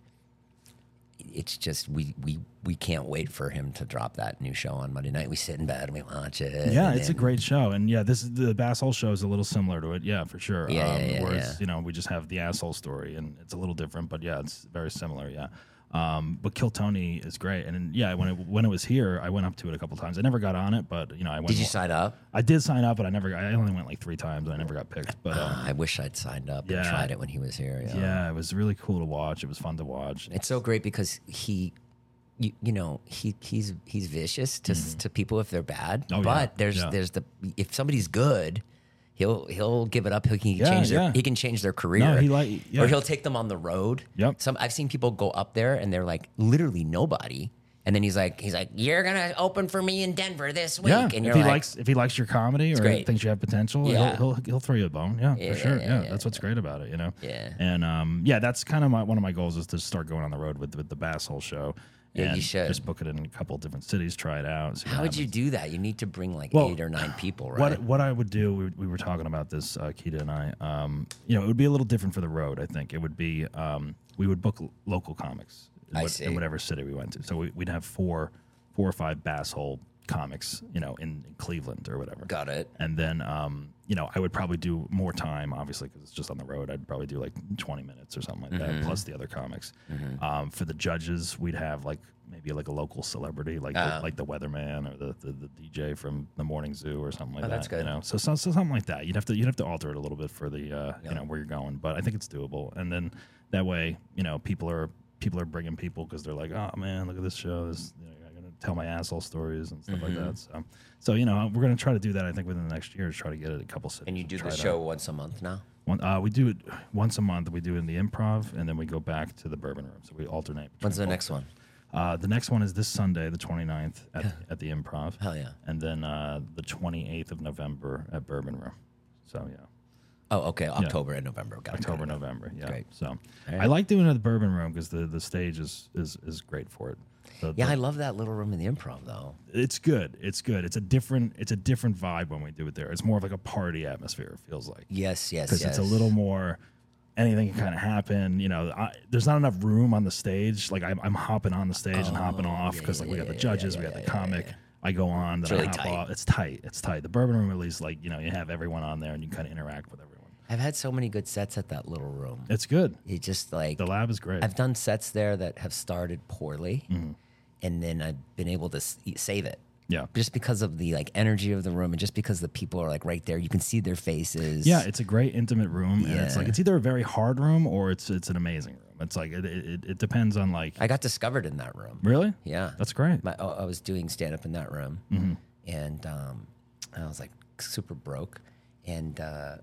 E: it's just we we we can't wait for him to drop that new show on Monday night. We sit in bed and we watch it.
D: yeah,
E: and
D: it's a
E: then-
D: great show, and yeah, this the Basshole show is a little similar to it. Yeah, for sure.
E: Yeah, yeah, yeah,
D: where it's,
E: yeah.
D: you know we just have the asshole story, and it's a little different, but yeah, it's very similar. Yeah. Um, but Kill Tony is great, and, then, yeah, when it when it was here, I went up to it a couple times. I never got on it, but you know, I went.
E: Did you sign up?
D: I did sign up, but I never. I only went like three times, and I never got picked. But um,
E: Ah, I wish I'd signed up and
D: yeah.
E: tried it when he was here. Yeah.
D: yeah, it was really cool to watch. It was fun to watch.
E: It's so great because he you, you know, he he's he's vicious to s to people if they're bad.
D: Mm-hmm. Oh, yeah,
E: but there's
D: yeah.
E: there's the if somebody's good, he'll he'll give it up. He can
D: Yeah,
E: change their
D: yeah.
E: he can change their career.
D: No, he like- yeah.
E: or he'll take them on the road.
D: Yep.
E: Some I've seen people go up there and they're like literally nobody. And then he's like, he's like, you're gonna open for me in Denver this week,
D: Yeah,
E: and
D: if
E: you're
D: he
E: like,
D: likes if he likes your comedy or
E: great.
D: thinks you have potential,
E: Yeah.
D: he'll, he'll he'll throw you a bone. Yeah,
E: Yeah,
D: for sure.
E: yeah,
D: Yeah,
E: yeah,
D: that's what's great about it. You know.
E: Yeah.
D: And um, yeah, that's kind of my one of my goals is to start going on the road with with the Bass Hole show.
E: Yeah, you
D: and
E: should.
D: just book it in a couple different cities, try it out. see what
E: how would you
D: happens.
E: do that? You need to bring like
D: Well,
E: eight or nine people, right?
D: What what I would do, we, we were talking about this, uh, Keita and I. Um, you know, it would be a little different for the road. I think it would be um, we would book l- local comics in,
E: I
D: what-
E: see.
D: in whatever city we went to. So we, we'd have four four or five Bass Hole comics, you know, in, in Cleveland or whatever.
E: Got it.
D: And then, um, you know, I would probably do more time, obviously, because it's just on the road. I'd probably do like 20 minutes or something like
E: Mm-hmm.
D: that, plus the other comics. Um, for the judges, we'd have like maybe like a local celebrity, like
E: Ah.
D: the, like the weatherman or the, the, the DJ from the morning zoo or something like that.
E: Oh, that's
D: You
E: good.
D: know, so, so so something like that. You'd have to you'd have to alter it a little bit for the uh, you know where you're going, but I think it's doable. And then that way, you know, people are people are bringing people because they're like, oh man, look at this show. This you know, I'm gonna tell my asshole stories and stuff
E: Mm-hmm.
D: like that. So, so you know, we're gonna try to do that. I think within the next year, is try to get it a couple cities.
E: and you do
D: try
E: the
D: it
E: show
D: out.
E: once a month now.
D: One, uh, we do it once a month. We do it in the improv, and then we go back to the bourbon room. So we alternate.
E: When's the next one?
D: Uh, the next one is this Sunday, the 29th at, at the Improv.
E: Hell yeah.
D: And then uh, the 28th of November at Bourbon Room. So yeah,
E: Oh, okay. October and November. Got it, got
D: October,
E: it.
D: November. Yeah.
E: Great.
D: So
E: right.
D: I like doing it at the Bourbon Room because the the stage is is is great for it. The-
E: Yeah,
D: the-
E: I love that little room in the improv though.
D: it's good. It's good. It's a different it's a different vibe when we do it there. It's more of like a party atmosphere. It feels like
E: Yes, yes,
D: because
E: yes.
D: it's a little more anything can kind of happen you know I, there's not enough room on the stage like i'm, I'm hopping on the stage and hopping
E: Oh,
D: off because like we got the judges we got the comic i go on then
E: really
D: i hop
E: tight.
D: off it's tight it's tight the bourbon room at least like you know you have everyone on there and you kind of interact with everyone
E: I've had so many good sets at that little room.
D: it's good
E: It just like
D: the lab is great
E: I've done sets there that have started poorly,
D: Mm-hmm.
E: and then I've been able to s- e, save it.
D: yeah
E: Just because of the like energy of the room, and just because the people are like right there, you can see their faces.
D: yeah it's a great intimate room and it's like
E: Yeah.
D: it's either a very hard room or it's it's an amazing room it's like it, it, it- it depends on like
E: I got discovered in that room.
D: really
E: Yeah,
D: that's great
E: my, I I was doing stand up in that room, and um, I was like super broke, and uh,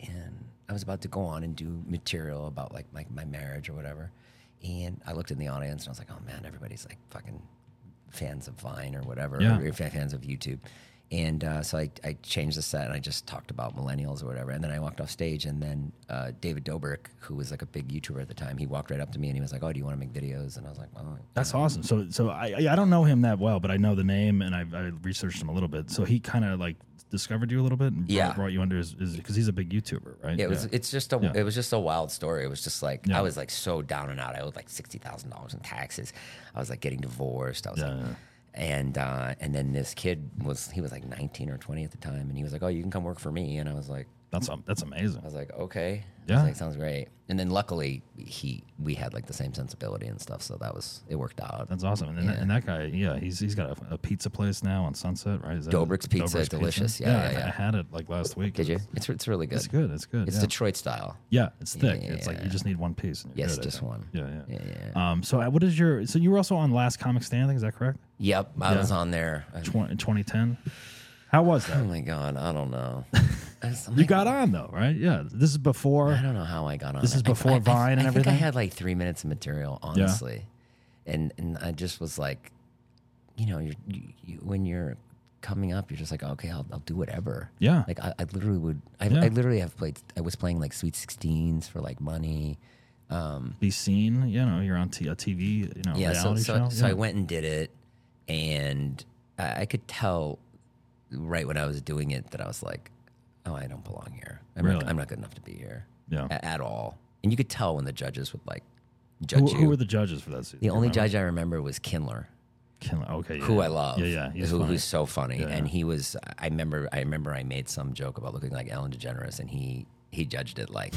E: and I was about to go on and do material about like my, my marriage or whatever, and I looked in the audience and I was like, oh man, everybody's like fucking fans of Vine or whatever,
D: Yeah.
E: or fa- fans of YouTube. And uh, so I, I changed the set and I just talked about millennials or whatever. And then I walked off stage. And then uh, David Dobrik, who was like a big YouTuber at the time, he walked right up to me and he was like, Oh, do you want to make videos? And I was like, Oh,
D: That's awesome. So, so I I I don't know him that well, but I know the name and I, I researched him a little bit. So he kind of like discovered you a little bit and brought-
E: Yeah.
D: brought, you under his because he's a big YouTuber, right?
E: Yeah, it was. It's just a.
D: Yeah.
E: It was just a wild story. It was just like
D: Yeah.
E: I was like so down and out. I owed like sixty thousand dollars in taxes. I was like getting divorced. I was like,
D: Yeah, yeah.
E: and uh, and then this kid was he was like nineteen or twenty at the time, and he was like, oh, you can come work for me, and I was like.
D: that's um, that's amazing.
E: I was like, okay, I was
D: Yeah.
E: like, sounds great. And then luckily, he we had like the same sensibility and stuff, so that was it worked out.
D: That's awesome. And, that, and that guy, yeah, he's he's got a, a pizza place now on Sunset, right? Is that
E: Dobrik's Pizza, delicious. Yeah, yeah,
D: I-
E: yeah.
D: I had it like last week.
E: Did you?
D: It's-
E: It's it's really good.
D: It's good. It's good.
E: It's
D: yeah.
E: Detroit style.
D: yeah, it's thick. it's like
E: Yeah.
D: you just need one piece. And you're
E: Yes,
D: good, I
E: just
D: think.
E: one.
D: Yeah, yeah.
E: Yeah, yeah.
D: Um, so uh, what is your? So you were also on Last Comic Standing. Is that correct?
E: Yep, I was on there. I-
D: Twen- 2010. How was that?
E: oh my god, I don't know.
D: You got on though, right? Yeah. This is before.
E: I don't know how I got on.
D: This
E: it.
D: is
E: I-
D: before
E: I- I-
D: Vine and
E: I think I
D: everything?
E: had like three minutes of material, honestly, and and I just was like, you know, you're, you, you when you're coming up, you're just like, okay, I'll, I'll do whatever.
D: Yeah.
E: Like I, I literally would. I,
D: Yeah.
E: I literally have played. I was playing like Sweet Sixteens for like money.
D: be seen. You know, you're on t- a TV, you know,
E: yeah, so
D: reality
E: so,
D: show.
E: so
D: yeah.
E: I went and did it, and I, I could tell right when I was doing it that I was like, oh, I don't belong here. I'm,
D: Really?
E: not, I'm not good enough to be here
D: Yeah.
E: a- at all. And you could tell when the judges would like judge
D: Who,
E: you.
D: who were the judges for that season?
E: the only
D: judge,
E: judge I remember was Kindler,
D: okay, yeah,
E: who
D: yeah.
E: I love.
D: Yeah, yeah, he's
E: who,
D: funny.
E: who's so funny.
D: Yeah,
E: and
D: yeah.
E: he was. I remember. I remember. I made some joke about looking like Ellen DeGeneres, and he he judged it like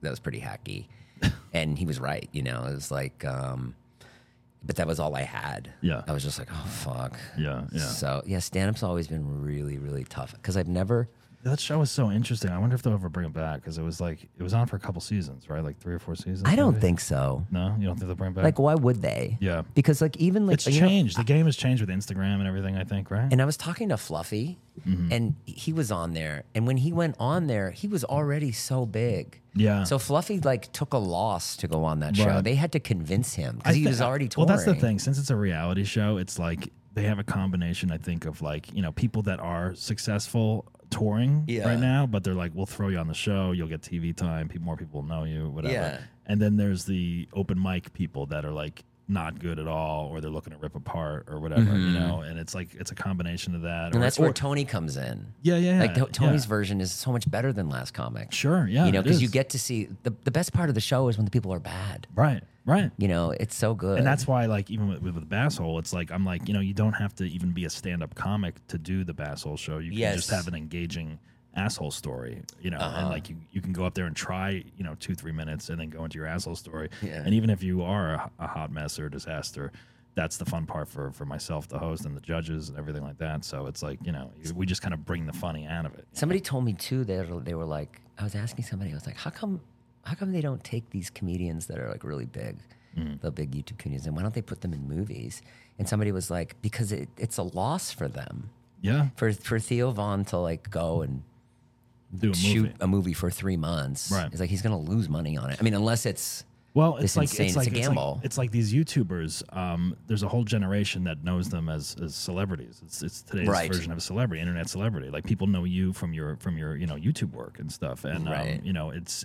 E: that was pretty hacky, and he was right. You know, it was like. um but that was all I had.
D: Yeah.
E: I was just like, oh fuck.
D: Yeah, yeah.
E: So yeah, stand up's always been really, really tough because I've never
D: that show was so interesting. I wonder if they'll ever bring it back because it was like it was on for a couple seasons, right? Like three or four seasons.
E: I don't
D: maybe?
E: think so.
D: No, you don't think they'll bring it back.
E: Like why would they?
D: Yeah.
E: Because like even like
D: it's
E: you know-
D: changed. the game has changed with Instagram and everything. I think, right?
E: And I was talking to Fluffy,
D: Mm-hmm.
E: and he was on there. And when he went on there, he was already so big.
D: Yeah.
E: So Fluffy like took a loss to go on that show.
D: Right.
E: They had to convince him
D: I
E: because he
D: thi-
E: was already
D: Well,
E: touring.
D: that's the thing. Since it's a reality show, it's like they have a combination. I think of like you know people that are successful touring
E: Yeah.
D: right now, but they're like, we'll throw you on the show, you'll get TV time, people, more people will know you, whatever.
E: Yeah.
D: And then there's the open mic people that are like not good at all, or they're looking to rip apart or whatever, you know. And it's like it's a combination of that.
E: Mm-hmm. And
D: or-
E: that's where
D: or-
E: Tony comes in.
D: yeah, yeah, yeah,
E: Like to- Tony's
D: yeah.
E: version is so much better than Last Comic.
D: Sure, yeah,
E: You know,
D: it
E: because you
D: is.
E: get to see the, the best part of the show is when the people are bad.
D: right, right.
E: You know, it's so good.
D: And that's why, like, even with, with Basshole, it's like I'm like, you know, you don't have to even be a stand-up comic to do the Basshole show. You
E: Yes. Uh-huh.
D: can just have an engaging asshole story, you know, and like you, you can go up there and try, you know, two three minutes, and then go into your asshole story.
E: Yeah.
D: And even if you are a, a hot mess or a disaster, that's the fun part for for myself, the host, and the judges, and everything like that. So it's like, you know, we just kind of bring the funny out of it.
E: Somebody told me too that they were like, I was asking somebody, I was like, how come, how come they don't take these comedians that are like really big,
D: Mm.
E: the big YouTube comedians, and why don't they put them in movies? And somebody was like, because it, it's a loss for them,
D: Yeah,
E: for for Theo Vaughn to like go and
D: do a
E: shoot
D: movie.
E: a movie for three months.
D: Right.
E: It's like he's gonna lose money on it. I mean, unless it's
D: Well, it's
E: It's
D: like
E: insane.
D: it's
E: It's
D: like
E: a gamble.
D: It's like, it's like these YouTubers. Um, there's a whole generation that knows them as, as celebrities. It's, it's today's
E: Right.
D: version of a celebrity, internet celebrity. Like people know you from your from your you know YouTube work and stuff. And um,
E: Right.
D: you know it's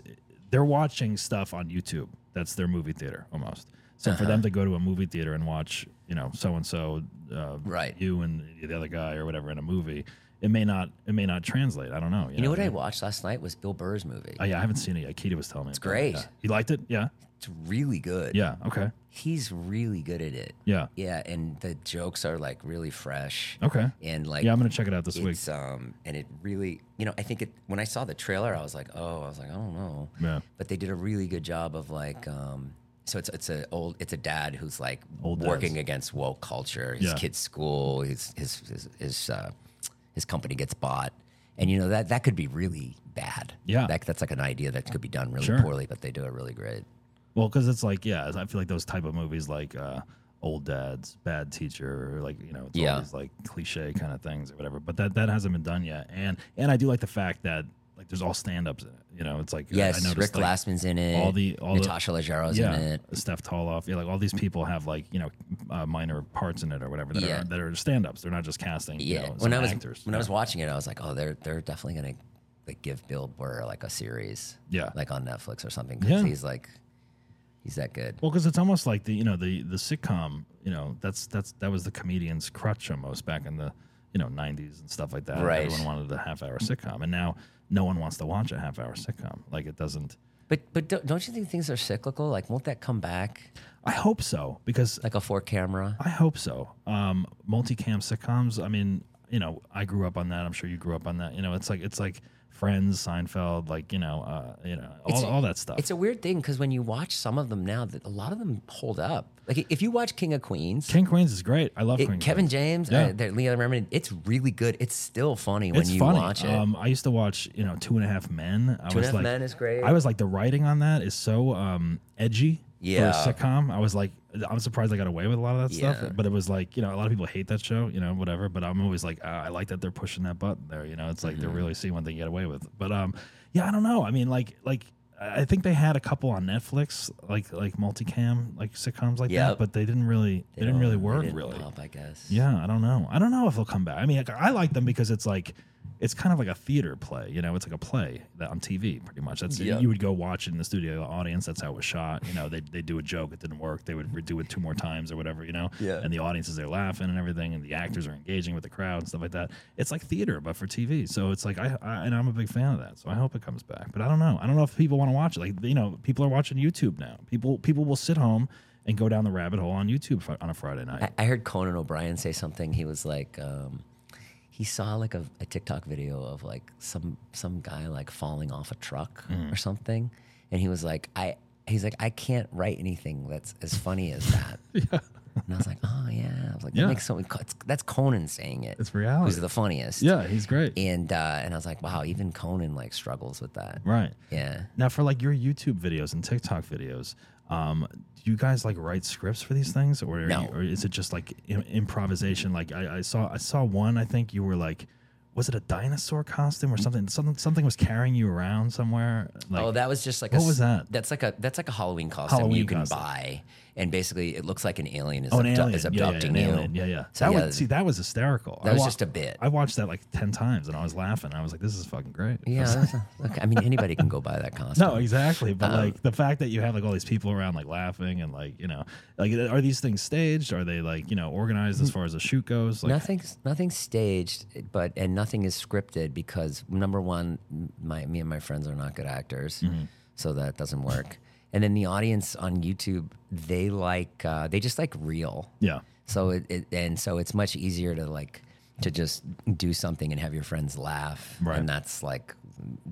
D: they're watching stuff on YouTube. That's their movie theater almost. So for
E: Uh-huh.
D: them to go to a movie theater and watch you know so and so,
E: Right.
D: you and the other guy or whatever in a movie, it may not it may not translate. I don't know.
E: You know what I
D: mean?
E: watched last night was Bill Burr's movie.
D: Oh, yeah, I haven't seen it yet. Keita was telling me. It's
E: great.
D: You liked it? Yeah.
E: It's really good.
D: Yeah. Okay.
E: He's really good at it.
D: Yeah.
E: Yeah, and the jokes are like really fresh.
D: Okay.
E: And like
D: yeah, I'm gonna check it out this week.
E: it's um and it really you know, I think it when I saw the trailer I was like, Oh, I was like, I don't know.
D: Yeah.
E: But they did a really good job of like um so it's it's a old it's a dad who's like
D: Old dads.
E: working against woke culture. His
D: Yeah.
E: kid's school, his his his his, uh, his company gets bought. And you know that that could be really bad.
D: Yeah.
E: That, that's like an idea that could be done really
D: Sure.
E: poorly, but they do it really great.
D: Well, because it's like, yeah, I feel like those type of movies, like uh, Old Dads, Bad Teacher, or like you know, it's
E: Yeah.
D: all these like cliche kind of things or whatever. But that that hasn't been done yet. And and I do like the fact that like there's all stand ups in it. You know, it's like I- I,
E: Yes,
D: noticed,
E: Rick
D: like,
E: Glassman's in it.
D: all the- all the-
E: Natasha Leggero's
D: yeah,
E: in it.
D: Steph Toloff, yeah, like all these people have like you know uh, minor parts in it or whatever that
E: Yeah.
D: are that are stand ups. They're not just casting. you
E: Yeah.
D: know,
E: when
D: some
E: I was
D: actors.
E: when I
D: Yeah.
E: was watching it, I was like, oh, they're they're definitely gonna like give Bill Burr like a series.
D: Yeah.
E: Like on Netflix or something. 'cause
D: Yeah.
E: He's like, he's that good.
D: Well, because it's almost like the you know the the sitcom you know that's that's that was the comedian's crutch almost back in the you know 90s and stuff like that.
E: Right.
D: Everyone wanted a half hour sitcom, and now no one wants to watch a half hour sitcom. Like it doesn't.
E: But but don't, don't you think things are cyclical? Like, won't that come back?
D: I hope so because
E: Like a four camera.
D: I hope so. Um, multicam sitcoms. I mean, you know, I grew up on that. I'm sure you grew up on that. You know, it's like it's like Friends, Seinfeld, like you know, uh, you know, all,
E: It's-
D: all that stuff.
E: It's a weird thing because when you watch some of them now, that a lot of them hold up. Like if you watch King of Queens,
D: King Queens is great. I love
E: it-
D: King
E: Kevin
D: Queens.
E: James,
D: Yeah.
E: uh, that Leon Remini, it's really good. It's still funny when
D: it's
E: you
D: funny.
E: watch it.
D: Um, I used to watch, you know, Two and a Half Men. I
E: Two
D: was
E: and a Half
D: like,
E: Men is great.
D: I was like, the writing on that is so um, edgy
E: Yeah.
D: for a sitcom. I was like, I'm surprised I got away with a lot of that
E: Yeah.
D: stuff. But it was like, you know, a lot of people hate that show, you know, whatever. But I'm always like, ah, I like that they're pushing that button there. You know, it's like
E: Mm-hmm.
D: they're really seeing what they can get away with. But um, yeah, I don't know. I mean, like, like. I I think they had a couple on Netflix, like like multicam, like sitcoms like that,
E: Yep.
D: but they didn't really they, didn't
E: don't-
D: really
E: they
D: work
E: didn't
D: really.
E: pop, I guess.
D: Yeah, I don't know. I don't know if they'll come back. I mean, like, I like them because it's like it's kind of like a theater play. You know, it's like a play that on TV pretty much. That's
E: Yeah.
D: you would go watch it in the studio audience. That's how it was shot. You know, they they do a joke, it didn't work. They would redo it two more times or whatever. You know,
E: Yeah.
D: And the audience is there laughing and everything, and the actors are engaging with the crowd and stuff like that. It's like theater, but for TV. So it's like I, I and I'm a big fan of that. So I hope it comes back. But I don't know. I don't know if people want to watch it. Like you know, people are watching YouTube now. People people will sit home. And go down the rabbit hole on YouTube fri- on a Friday night.
E: I, I heard Conan O'Brien say something. He was like, um, he saw like a, a TikTok video of like some some guy like falling off a truck
D: Mm-hmm.
E: or something, and he was like, I he's like, I can't write anything that's as funny as that. And I was like, oh yeah, I was like,
D: Yeah.
E: that makes something. That's Conan saying it.
D: It's reality.
E: Who's the funniest?
D: Yeah, he's great.
E: And uh, and I was like, wow, even Conan like struggles with that.
D: Right.
E: Yeah.
D: Now, for like your YouTube videos and TikTok videos, um, do you guys like write scripts for these things, or, are
E: No.
D: you- or is it just like Im- improvisation? Like I, I saw, I saw one. I think you were like, was it a dinosaur costume or something? Something, something was carrying you around somewhere. Like,
E: oh, that was just like a
D: what
E: s-
D: was that?
E: That's like a that's like a Halloween costume
D: Halloween
E: you can
D: costume.
E: buy, and basically it looks like an alien is,
D: Oh, an
E: abdu-
D: alien.
E: is
D: Yeah, yeah,
E: abducting
D: an
E: you.
D: alien. Yeah, yeah.
E: So
D: that
E: yeah,
D: was, see, that was hysterical.
E: That
D: I
E: was
D: wa-
E: just a bit.
D: I watched that like ten times, and I was laughing. I was like, this is fucking great.
E: yeah. that's a- look, I mean, anybody can go buy that costume.
D: No, exactly.
E: Um,
D: But like the fact that you have like all these people around like laughing and like you know, like uh, are these things staged? Are they like you know organized as
E: Mm-hmm.
D: far as the shoot goes? Like,
E: nothing's nothing's staged, but and nothing is scripted because number one, my me and my friends are not good actors,
D: Mm-hmm.
E: so that doesn't work. and then the audience on YouTube, they like uh, they just like real.
D: Yeah.
E: So it, it and so it's much easier to like to just do something and have your friends laugh,
D: Right.
E: and that's like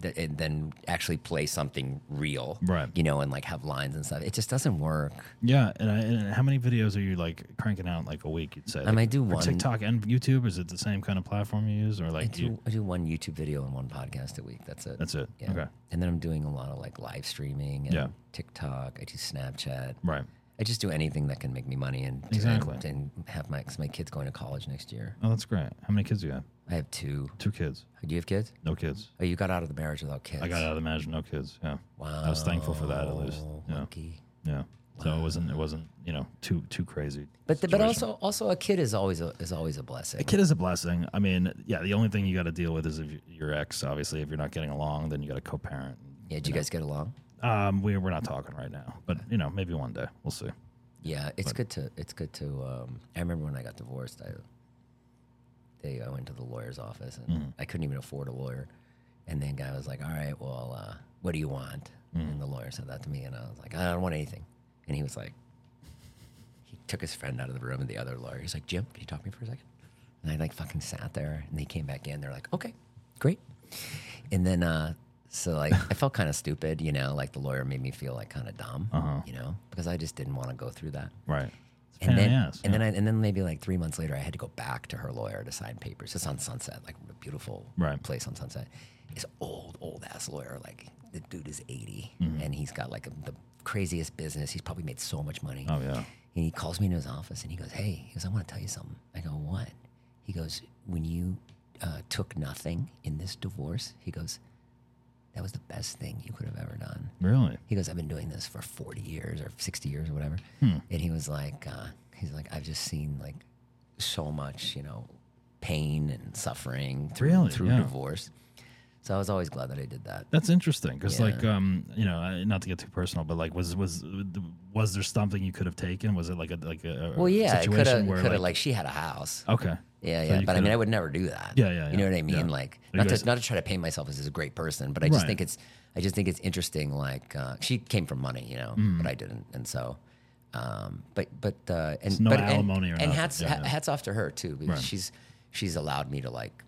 E: th- and then actually play something real,
D: Right.
E: You know, and like have lines and stuff. It just doesn't work.
D: Yeah. And, I, and how many videos are you like cranking out like a week? You'd say.
E: I might do
D: Like,
E: one.
D: TikTok and YouTube. Is it the same kind of platform you use, or like
E: I
D: do you?
E: do, I do one YouTube video and one podcast a week. That's it.
D: That's it.
E: Yeah.
D: Okay.
E: And then I'm doing a lot of like live streaming and
D: Yeah.
E: TikTok. I do Snapchat.
D: Right.
E: I just do anything that can make me money and
D: Exactly.
E: and, and have my 'cause my kids going to college next year.
D: Oh, that's great. How many kids do you have?
E: I have two.
D: Two kids.
E: Do you have kids?
D: No kids.
E: Oh, you got out of the marriage without kids.
D: I got out of the marriage. No kids. Yeah.
E: Wow.
D: I was thankful for that at least. Yeah.
E: Lucky.
D: Yeah. So it wasn't it wasn't you know too too crazy.
E: But the, but
D: situation.
E: also also a kid is always a, is always a blessing.
D: a kid is a blessing. I mean, yeah. The only thing you got to deal with is if you- your ex. Obviously, if you're not getting along, then you got to co-parent.
E: Yeah, did you guys get along?
D: Um, we we're not talking right now, but you know, maybe one day we'll see.
E: Yeah, it's good to it's good to. Um, I remember when I got divorced, I they I went to the lawyer's office and
D: Mm-hmm.
E: I couldn't even afford a lawyer, and then guy was like, "All right, well, uh, what do you want?"
D: Mm-hmm.
E: And the lawyer said that to me, and I was like, "I don't want anything," and he was like, he took his friend out of the room and the other lawyer. He's like, "Jim, can you talk to me for a second? And I like fucking sat there, and they came back in. They're like, "Okay, great," and then uh, so like I felt kind of stupid, you know, like the lawyer made me feel like kind of dumb, you know, because I just didn't want to go through that.
D: Right. It's a
E: And
D: pain
E: then,
D: in the ass,
E: and
D: yeah.
E: then, I, and then maybe like three months later, I had to go back to her lawyer to sign papers. It's on Sunset, like a beautiful
D: Right.
E: place on Sunset. This old, old ass lawyer, like the dude is 80
D: Mm-hmm.
E: and he's got like the craziest business. He's probably made so much money.
D: Oh, yeah.
E: And he calls me into his office and he goes, Hey, he goes, I want to tell you something. I go, What? He goes, When you uh, took nothing in this divorce, he goes, That was the best thing you could have ever done.
D: really.
E: He goes, I've been doing this for 40 years or 60 years or whatever.
D: Hmm.
E: And he was like, uh, he's like, I've just seen like so much, you know, pain and suffering through,
D: Really?
E: through
D: Yeah.
E: divorce. So I was always glad that I did that.
D: That's interesting because,
E: Yeah.
D: like, um, you know, uh, not to get too personal, but like, was was was there something you could have taken? Was it like a like a a
E: Well, yeah, could
D: situation
E: have,
D: where
E: could have,
D: like,
E: like, she had a house.
D: okay,
E: Yeah,
D: So
E: yeah.
D: you
E: But I mean,
D: coulda-
E: I would never do that.
D: Yeah, yeah,
E: You know
D: yeah.
E: what I mean?
D: Yeah.
E: Like,
D: You
E: not
D: guys-
E: to not to try to paint myself as a great person, but I just
D: Right.
E: think it's I just think it's interesting. Like, uh, she came from money, you know,
D: Mm.
E: but I didn't, and so, um, but but uh, and
D: no
E: but,
D: alimony or
E: and, and
D: nothing.
E: hats
D: Yeah,
E: ha-
D: yeah.
E: hats off to her too because
D: Right.
E: she's she's allowed me to like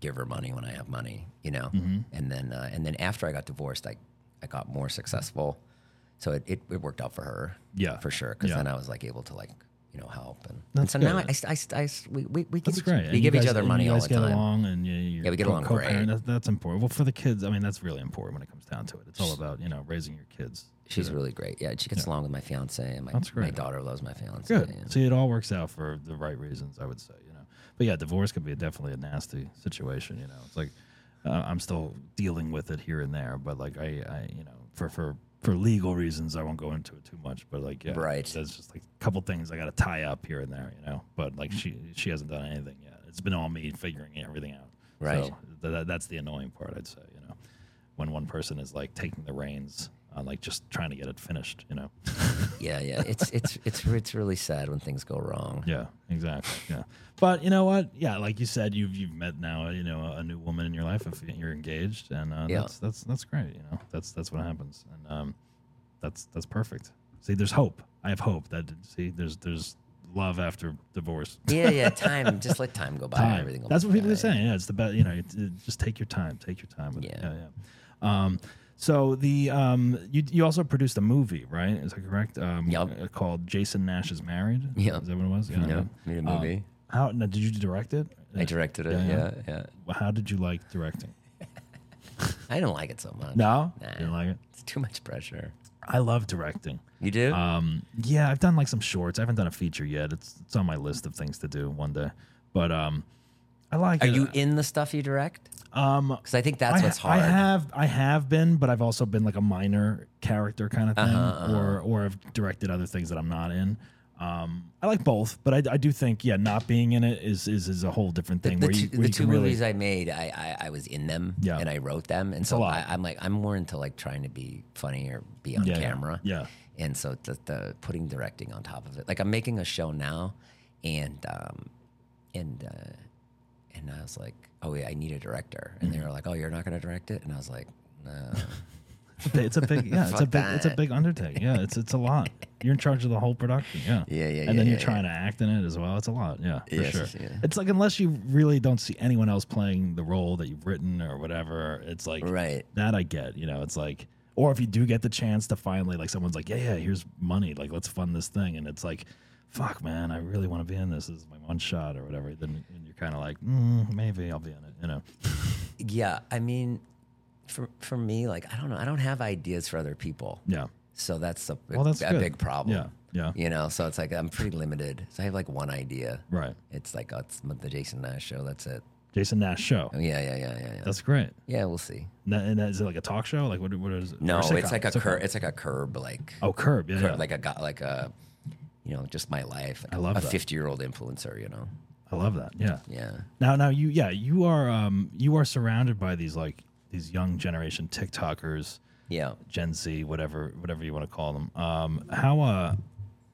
E: give her money when I have money, you know.
D: Mm-hmm.
E: And then uh, and then after I got divorced, I I got more successful, so it it, it worked out for her.
D: Yeah.
E: for sure. Because
D: Yeah.
E: then I was like able to like you know help and, and
D: That's
E: so now
D: good.
E: I, s- I s- I s- we we, we give
D: That's
E: each,
D: great. And
E: we
D: you
E: give
D: guys-
E: each other
D: and
E: money
D: you
E: all
D: guys
E: the
D: get
E: time.
D: Along and you, you're
E: Yeah, we get along
D: co- co-parent.
E: great.
D: That's, that's important. Well, for the kids, I mean, that's really important when it comes down to it. It's all about you know raising your kids.
E: She's really great. Yeah, she gets along with my fiance and my,
D: That's
E: my
D: great.
E: daughter loves my fiance.
D: Good.
E: and-
D: See, it all works out for the right reasons, I would say. You know, but yeah, divorce could be definitely a nasty situation. You know, it's like uh, I'm still dealing with it here and there, but like I, I, you know, for for for legal reasons, I won't go into it too much. But like, yeah,
E: Right.
D: There's just like a couple things I got to tie up here and there. You know, but like she she hasn't done anything yet. It's been all me figuring everything out.
E: Right.
D: So th- that- that's the annoying part, I'd say. You know, when one person is like taking the reins on like just trying to get it finished. You know.
E: Yeah, yeah. It's it's it's it's really sad when things go wrong.
D: Yeah, exactly. Yeah, but you know what? Yeah, like you said, you've you've met now uh, you know a new woman in your life if you're engaged, and uh,
E: Yeah.
D: that's that's that's great. You know, that's that's what happens, and um, that's that's perfect. See, there's hope. I have hope that see, there's there's love after divorce.
E: Yeah, yeah. Time. just let time go by. and
D: Time.
E: Everything. will
D: That's
E: be
D: what people
E: fine.
D: are saying. Yeah, it's the best. You know, it, it- just take your time. Take your time. With It.
E: Yeah.
D: yeah, yeah. Um, so the um, you you also produced a movie, right? Is that correct? Um,
E: Yup.
D: Called Jason Nash is Married.
E: Yup.
D: Is that what it was?
E: Yeah, made a movie.
D: Um, How now, did you direct it?
E: I directed it. Yeah, yeah.
D: Well, How did you like directing?
E: I didn't like it so much.
D: No,
E: Nah.
D: didn't like it.
E: It's too much pressure.
D: I love directing.
E: You do?
D: Um, yeah, I've done like some shorts. I haven't done a feature yet. It's it's on my list of things to do one day. But um, I like.
E: Are
D: it.
E: you in the stuff you direct?
D: Um,
E: Because I think that's
D: I,
E: what's
D: ha-
E: hard.
D: I have I have been, but I've also been like a minor character kind of thing,
E: Uh-huh.
D: or or I've directed other things that I'm not in. Um, I like both, but I, I do think yeah, not being in it is is, is a whole different thing.
E: the
D: where
E: two,
D: you, where
E: the
D: you
E: two
D: can really-
E: movies I made, I, I I was in them
D: Yeah.
E: and I wrote them, and so
D: lot.
E: I, I'm like I'm more into like trying to be funny or be on
D: Yeah, yeah,
E: camera.
D: yeah.
E: And so the, the putting directing on top of it, like I'm making a show now, and um, and uh, and I was like, oh yeah, I need a director, and
D: Mm-hmm.
E: they were like, oh you're not gonna direct it, and I was like, no,
D: it's a big yeah it's a
E: Fuck
D: big it's a
E: that.
D: big undertaking yeah it's it's a lot you're in charge of the whole production yeah
E: Yeah, yeah,
D: and
E: yeah,
D: then
E: yeah,
D: you're trying to act in it as well it's a lot yeah for
E: Yes,
D: sure
E: yeah.
D: it's like unless you really don't see anyone else playing the role that you've written or whatever it's like
E: Right.
D: that I get you know it's like or if you do get the chance to finally like someone's like yeah yeah here's money like let's fund this thing and it's like fuck man I really want to be in this this is my one shot or whatever then and you're kind of like mm, maybe I'll be in it you know
E: yeah. I mean, for for me, like I don't know, I don't have ideas for other people.
D: yeah
E: So that's a,
D: Well, that's
E: a
D: good.
E: big problem.
D: Yeah, yeah.
E: You know, so it's like I'm pretty limited. So I have like one idea.
D: right
E: It's like oh, it's the Jason Nash show. That's it.
D: Jason Nash show.
E: Yeah, yeah, yeah, yeah, yeah.
D: That's great.
E: Yeah, we'll see.
D: And that- and that, is it like a talk show? Like what? What is it? Or
E: No, it's
D: sitcom?
E: like a
D: Sitcom.
E: curb. It's like a curb, like
D: Oh, curb. Yeah,
E: curb,
D: yeah.
E: like a guy, like a, you know, just my life. I
D: love
E: a
D: that.
E: fifty-year-old influencer. You know,
D: I love that. Yeah.
E: yeah.
D: Now, now you, yeah, you are, um, you are surrounded by these like these young generation TikTokers,
E: Yeah.
D: Gen Z, whatever, whatever you want to call them. Um, how, uh,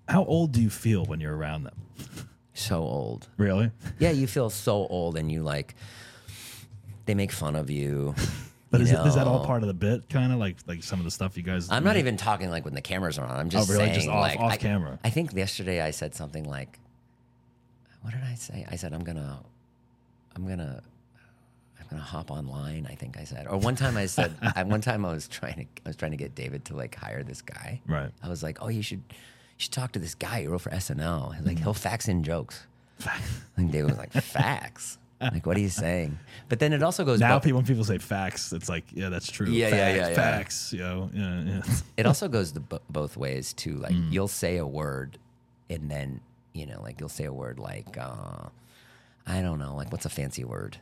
D: how old do you feel when you're around them?
E: So old.
D: Really?
E: Yeah, you feel so old, and you like. They make fun of you.
D: But
E: you
D: is, it, is that all
E: know.
D: part of the bit? Kind of like, like some of the stuff you guys.
E: I'm not even talking like when the cameras are on. I'm just
D: Mm-hmm. Oh, really?
E: saying
D: Just off-
E: like
D: off
E: I,
D: camera.
E: I think yesterday I said something like, "What did I say?" I said, "I'm gonna, I'm gonna, I'm gonna hop online." I think I said. Or one time I said, I, one time I was trying to, I was trying to get David to like hire this guy.
D: Right.
E: I was like, "Oh, you should, you should talk to this guy who wrote for SNL.
D: Mm-hmm.
E: Like he'll fax in jokes." and David was like, "Fax." Like, what are you saying? But then it also goes
D: Now,
E: back-
D: people when people say facts, it's like, yeah, that's true.
E: Yeah,
D: facts,
E: yeah, yeah, yeah.
D: Facts, you know, yeah, yeah.
E: it also goes the b- both ways too. Like
D: Mm.
E: you'll say a word, and then you know, like you'll say a word like, uh, I don't know, like what's a fancy word?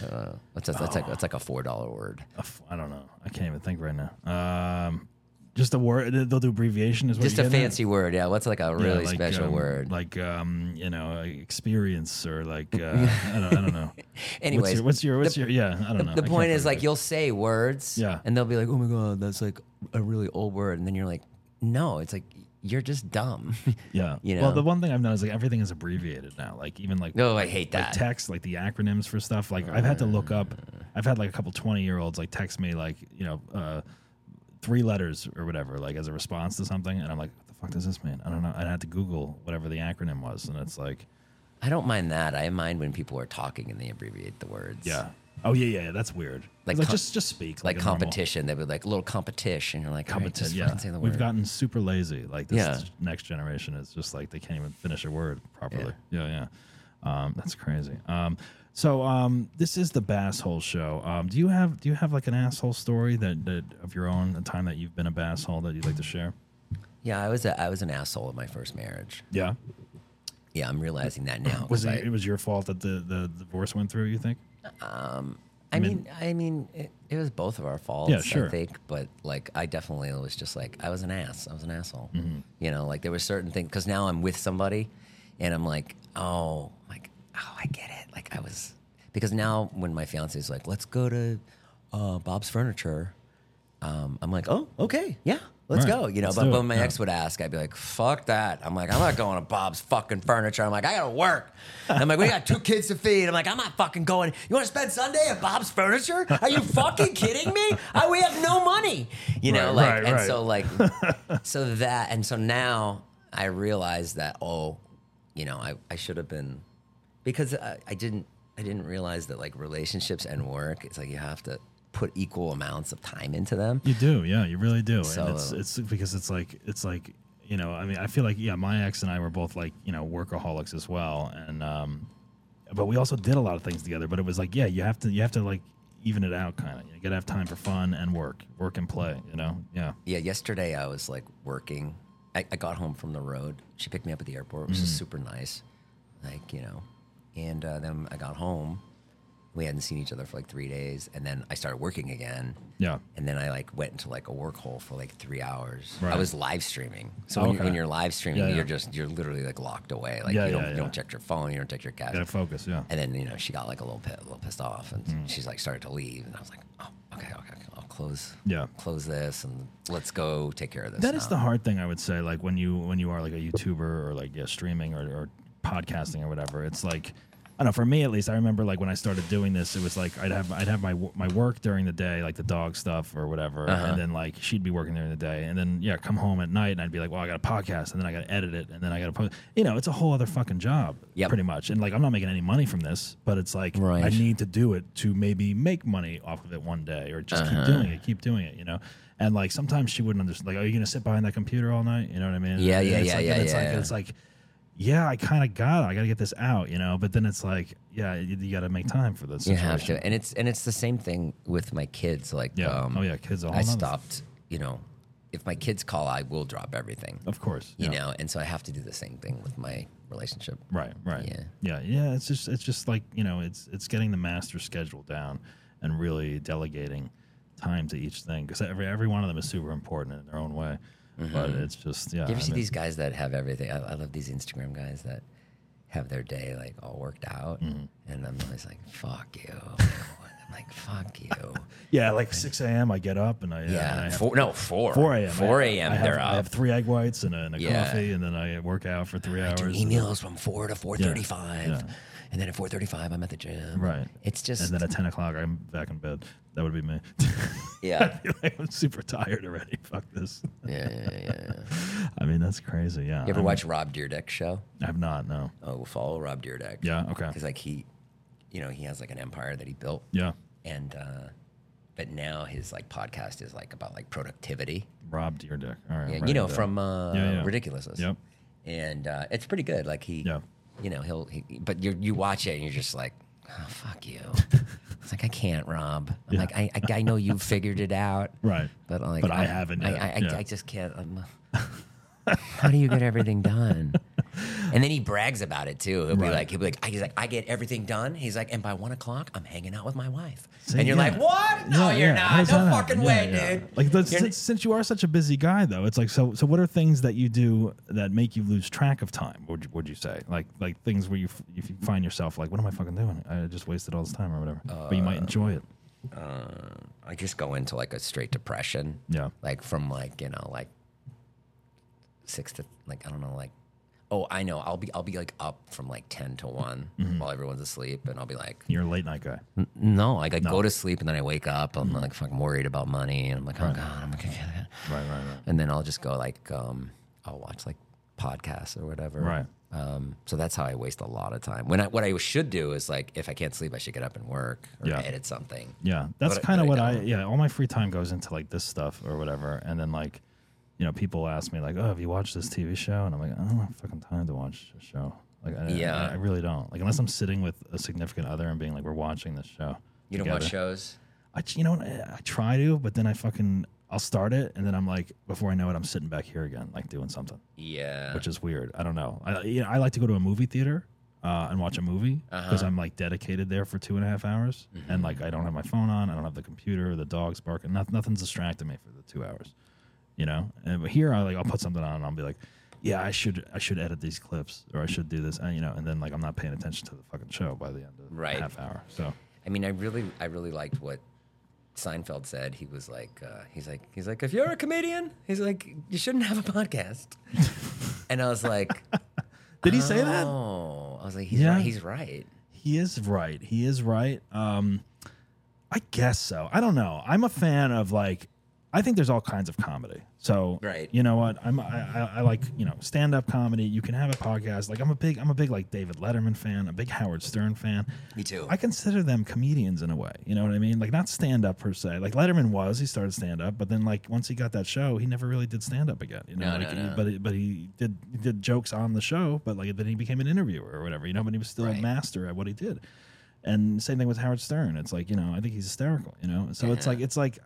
E: Uh, what's a, that's like that's like a four dollar word.
D: A f- I don't know. I can't even think right now. Um, just a word. They'll do abbreviation. Is what
E: Just
D: you're
E: a
D: getting at?
E: fancy word, yeah. What's like a
D: Yeah,
E: really
D: like,
E: special
D: um,
E: word?
D: like um, you know, experience or like uh, I, don't, I don't know. what's
E: Anyways,
D: your what's your, what's
E: the-
D: your yeah? I don't know.
E: The
D: I
E: point
D: can't
E: is,
D: think
E: like,
D: of it.
E: you'll say words,
D: Yeah.
E: and they'll be like, "Oh my god, that's like a really old word," and then you're like, "No, it's like you're just dumb."
D: yeah.
E: you
D: Well,
E: know.
D: the one thing I've noticed like everything is abbreviated now. Like even like
E: no, Oh, I hate
D: like
E: that. Uh.
D: text, like the acronyms for stuff. Like I've had to look up. I've had like a couple twenty year olds like text me like you know uh, three letters or whatever like as a response to something, and I'm like, what the fuck does this mean? I don't know. I had to Google whatever the acronym was, and it's like,
E: I don't mind that. I mind when people are talking and they abbreviate the words.
D: yeah, oh yeah, yeah, yeah that's weird.
E: Like
D: Like, like
E: com-
D: just just speak
E: like
D: a normal-
E: competition. They would like little competition. You're like competition.
D: Competent,
E: just
D: yeah.
E: fucking say the word.
D: We've gotten super lazy. Like this
E: Yeah.
D: next generation is just like they can't even finish a word properly. Yeah, yeah. Um, that's crazy. Um, so um, this is the basshole show. Um, do you have do you have like an asshole story that, that of your own, a time that you've been a basshole that you'd like to share?
E: yeah, I was a, I was an asshole in my first marriage.
D: Yeah.
E: Yeah, I'm realizing that now.
D: Was
E: 'cause
D: it, it was your fault that the, the divorce went through? You think?
E: I, I mean, I mean, it, it was both of our faults.
D: Yeah, sure.
E: I think, but like, I definitely was just like, I was an ass. I was an asshole.
D: Mm-hmm.
E: You know, like there were certain things because now I'm with somebody, and I'm like, oh, like, oh, I get it. Like I was because now when my fiance is like, let's go to uh, Bob's Furniture. Um, I'm like, oh, okay, yeah, let's
D: Right.
E: go. You know,
D: Let's
E: but
D: do
E: but
D: it.
E: when my
D: Yeah.
E: ex would ask, I'd be like, fuck that. I'm like, I'm not going to Bob's fucking furniture. I'm like, I gotta work. And I'm like, we got two kids to feed. I'm like, I'm not fucking going. You wanna spend Sunday at Bob's furniture? Are you fucking kidding me? I, we have no money. You know,
D: Right,
E: like,
D: right,
E: and
D: right.
E: so, like, so that, and so now I realize that, oh, you know, I, I should have been, because I, I didn't, I didn't realize that like relationships and work, it's like you have to put equal amounts of time into them.
D: You do, yeah, you really do.
E: So- uh,
D: and it's it's because it's like it's like you know, I mean, I feel like yeah, my ex and I were both like you know workaholics as well, and um, but we also did a lot of things together. But it was like yeah, you have to you have to like even it out kind of. You gotta have time for fun and work, work and play. You know, yeah,
E: Yeah, yesterday I was like working. I, I got home from the road. She picked me up at the airport, which is
D: Mm-hmm.
E: super nice. Like, you know. And uh, then I got home. We hadn't seen each other for like three days. And then I started working again.
D: yeah,
E: And then I like went into like a work hole for like three hours. I
D: Right.
E: was live streaming. So when,
D: Okay.
E: you, when you're live streaming,
D: Yeah, yeah.
E: you're just, you're literally like locked away. Like
D: Yeah,
E: you, don't,
D: yeah,
E: you
D: yeah.
E: don't check your phone, you don't check your cash.
D: gotta focus. Yeah,
E: And then you know she got like a little pit, a little pissed off, and
D: Mm-hmm.
E: she's like started to leave, and I was like, oh, okay, okay, okay, I'll close,
D: Yeah.
E: close this, and let's go take care of this.
D: that is
E: now.
D: the hard thing I would say. Like when you when you are like a YouTuber or like yeah, streaming or, or podcasting or whatever, it's like I don't know. For me at least, I remember like when I started doing this, it was like I'd have I'd have my wo- my work during the day, like the dog stuff or whatever,
E: Uh-huh.
D: and then like she'd be working during the day, and then yeah, come home at night, and I'd be like, well, I got a podcast, and then I got to edit it, and then I got to post. You know, it's a whole other fucking job,
E: Yep.
D: pretty much. And like I'm not making any money from this, but it's like
E: Right.
D: I need to do it to maybe make money off of it one day, or just
E: Uh-huh.
D: keep doing it, keep doing it, you know. And like sometimes she wouldn't understand. Like, are you gonna sit behind that computer all night? You know what I mean?
E: Yeah,
D: And
E: yeah,
D: it's
E: yeah,
D: like,
E: yeah,
D: and it's
E: yeah,
D: Like,
E: yeah.
D: It's like, yeah, I kind of got it. I gotta get this out, you know. But then it's like, yeah, you, you gotta make time for this.
E: you have
D: situation.
E: to, and it's and it's the same thing with my kids. Like,
D: Yeah.
E: um,
D: oh yeah, kids. All
E: I stopped. You know, if my kids call, I will drop everything.
D: Of course.
E: You
D: yeah.
E: know, and so I have to do the same thing with my relationship.
D: Right, right.
E: Yeah.
D: Yeah, yeah, it's just it's just like, you know, it's it's getting the master schedule down and really delegating time to each thing cuz every every one of them is super important in their own way. But it's just yeah.
E: Mm-hmm. You ever
D: I
E: see
D: mean-
E: these guys that have everything? I, I love these Instagram guys that have their day like all worked out,
D: Mm-hmm.
E: and I'm always like, "Fuck you." I'm like, "Fuck you."
D: yeah, like 6 a.m. I get up and I yeah, and I
E: yeah,
D: have
E: four, no four,
D: 4 a.m. I-
E: four
D: I
E: a.m.
D: have,
E: They're
D: I
E: up.
D: have three egg whites and a, and a
E: Yeah.
D: coffee, and then I work out for three
E: I do
D: hours.
E: emails from four to four thirty-five,
D: yeah.
E: and then at four thirty-five, I'm at the gym.
D: Right.
E: It's
D: And
E: just
D: then at 10 o'clock, I'm back in bed. That would be me.
E: yeah,
D: like, I'm super tired already. Fuck this.
E: yeah, yeah, yeah. yeah.
D: I mean, that's crazy. Yeah.
E: You ever
D: I mean,
E: watch Rob Dyrdek's show?
D: I've not, no.
E: Oh, we'll follow Rob Dyrdek.
D: Yeah, okay.
E: Because like he, you know, he has like an empire that he built.
D: Yeah.
E: and uh, but now his like podcast is like about like productivity.
D: Rob Deerdick. All right. write
E: Yeah, you
D: it
E: know,
D: down.
E: from uh,
D: Yeah, yeah.
E: Ridiculousness.
D: Yep.
E: And uh, it's pretty good. Like he,
D: Yeah.
E: you know, he'll. He, but you you watch it and you're just like, oh, fuck you. it's like I can't, Rob. I'm
D: Yeah.
E: like I, I I know you figured it out.
D: Right.
E: But like,
D: But I haven't
E: I,
D: yet.
E: I, I,
D: Yeah.
E: I just can't. I'm, how do you get everything done? And then he brags about it too. He'll be
D: Right.
E: like, he'll be like, I, he's like, I get everything done. He's like, and by one o'clock, I'm hanging out with my wife.
D: See,
E: and you're
D: yeah.
E: like, what? No,
D: Yeah,
E: you're
D: yeah. How
E: not.
D: does
E: No
D: that happen?
E: fucking
D: Yeah,
E: way,
D: yeah.
E: dude.
D: Like, the,
E: You're-
D: since, since you are such a busy guy, though, it's like so. So, what are things that you do that make you lose track of time? Would you, would you say like like things where you f- if you find yourself like, what am I fucking doing? I just wasted all this time or whatever. but you
E: Uh,
D: might enjoy it.
E: I just go into like a straight depression.
D: Yeah.
E: Like from like, you know, like six to like I don't know, like oh, I know. I'll be I'll be like up from like ten to one
D: Mm-hmm.
E: while everyone's asleep and I'll be like
D: You're a late night guy.
E: No, like I go to sleep and then I wake up,
D: Mm-hmm.
E: I'm like fucking worried about money and I'm like, Oh god, I'm like
D: Right, right, right.
E: and then I'll just go like um I'll watch like podcasts or whatever.
D: Right.
E: Um, so that's how I waste a lot of time. When I what I should do is like if I can't sleep, I should get up and work or
D: Yeah.
E: edit something.
D: Yeah, that's
E: But I-
D: kind of
E: but
D: what
E: I
D: I,
E: don't.
D: yeah. All my free time goes into like this stuff or whatever, and then like, you know, people ask me like, "Oh, have you watched this TV show?" And I'm like, "I don't have fucking time to watch a show. Like, I,
E: Yeah.
D: I, I really don't. Like, unless I'm sitting with a significant other and being like, we're watching this show.
E: You don't
D: together.
E: watch shows?
D: I, you know, what, I, I try to, but then I fucking I'll start it, and then I'm like, before I know it, I'm sitting back here again, like doing something,
E: Yeah.
D: which is weird. I don't know. I you know, I like to go to a movie theater. Uh, and watch a movie because I'm like dedicated there for two and a half hours, and like I don't have my phone on, I don't have the computer, the dogs barking, noth- nothing's distracting me for the two hours, you know. And but here I like I'll put something on and I'll be like, yeah, I should I should edit these clips or I should do this, and you know, and then like I'm not paying attention to the fucking show by the end of
E: Right.
D: the half hour. So
E: I mean, I really, I really liked what Seinfeld said. He was like, uh, he's like, he's like, if you're a comedian, he's like, you shouldn't have a podcast. and I was like,
D: did he say that?
E: Oh, I was like, he's
D: Yeah.
E: right. He's right.
D: He is right. He is right. Um, I guess so. I don't know. I'm a fan of like, I think there's all kinds of comedy. So
E: Right.
D: you know what? I'm I, I, I like you know stand up comedy. You can have a podcast. Like I'm a big I'm a big like David Letterman fan. A big Howard Stern fan.
E: Me too.
D: I consider them comedians in a way. You know what I mean? Like not stand up per se. Like Letterman was, he started stand up, but then like once he got that show, he never really did stand up again. You know,
E: No,
D: like,
E: no, no.
D: but he- but he did he did jokes on the show, but like then he became an interviewer or whatever. You know, but he was still a
E: Right.
D: master at what he did. And same thing with Howard Stern. It's like you know, I think he's hysterical. You know, so it's like it's like.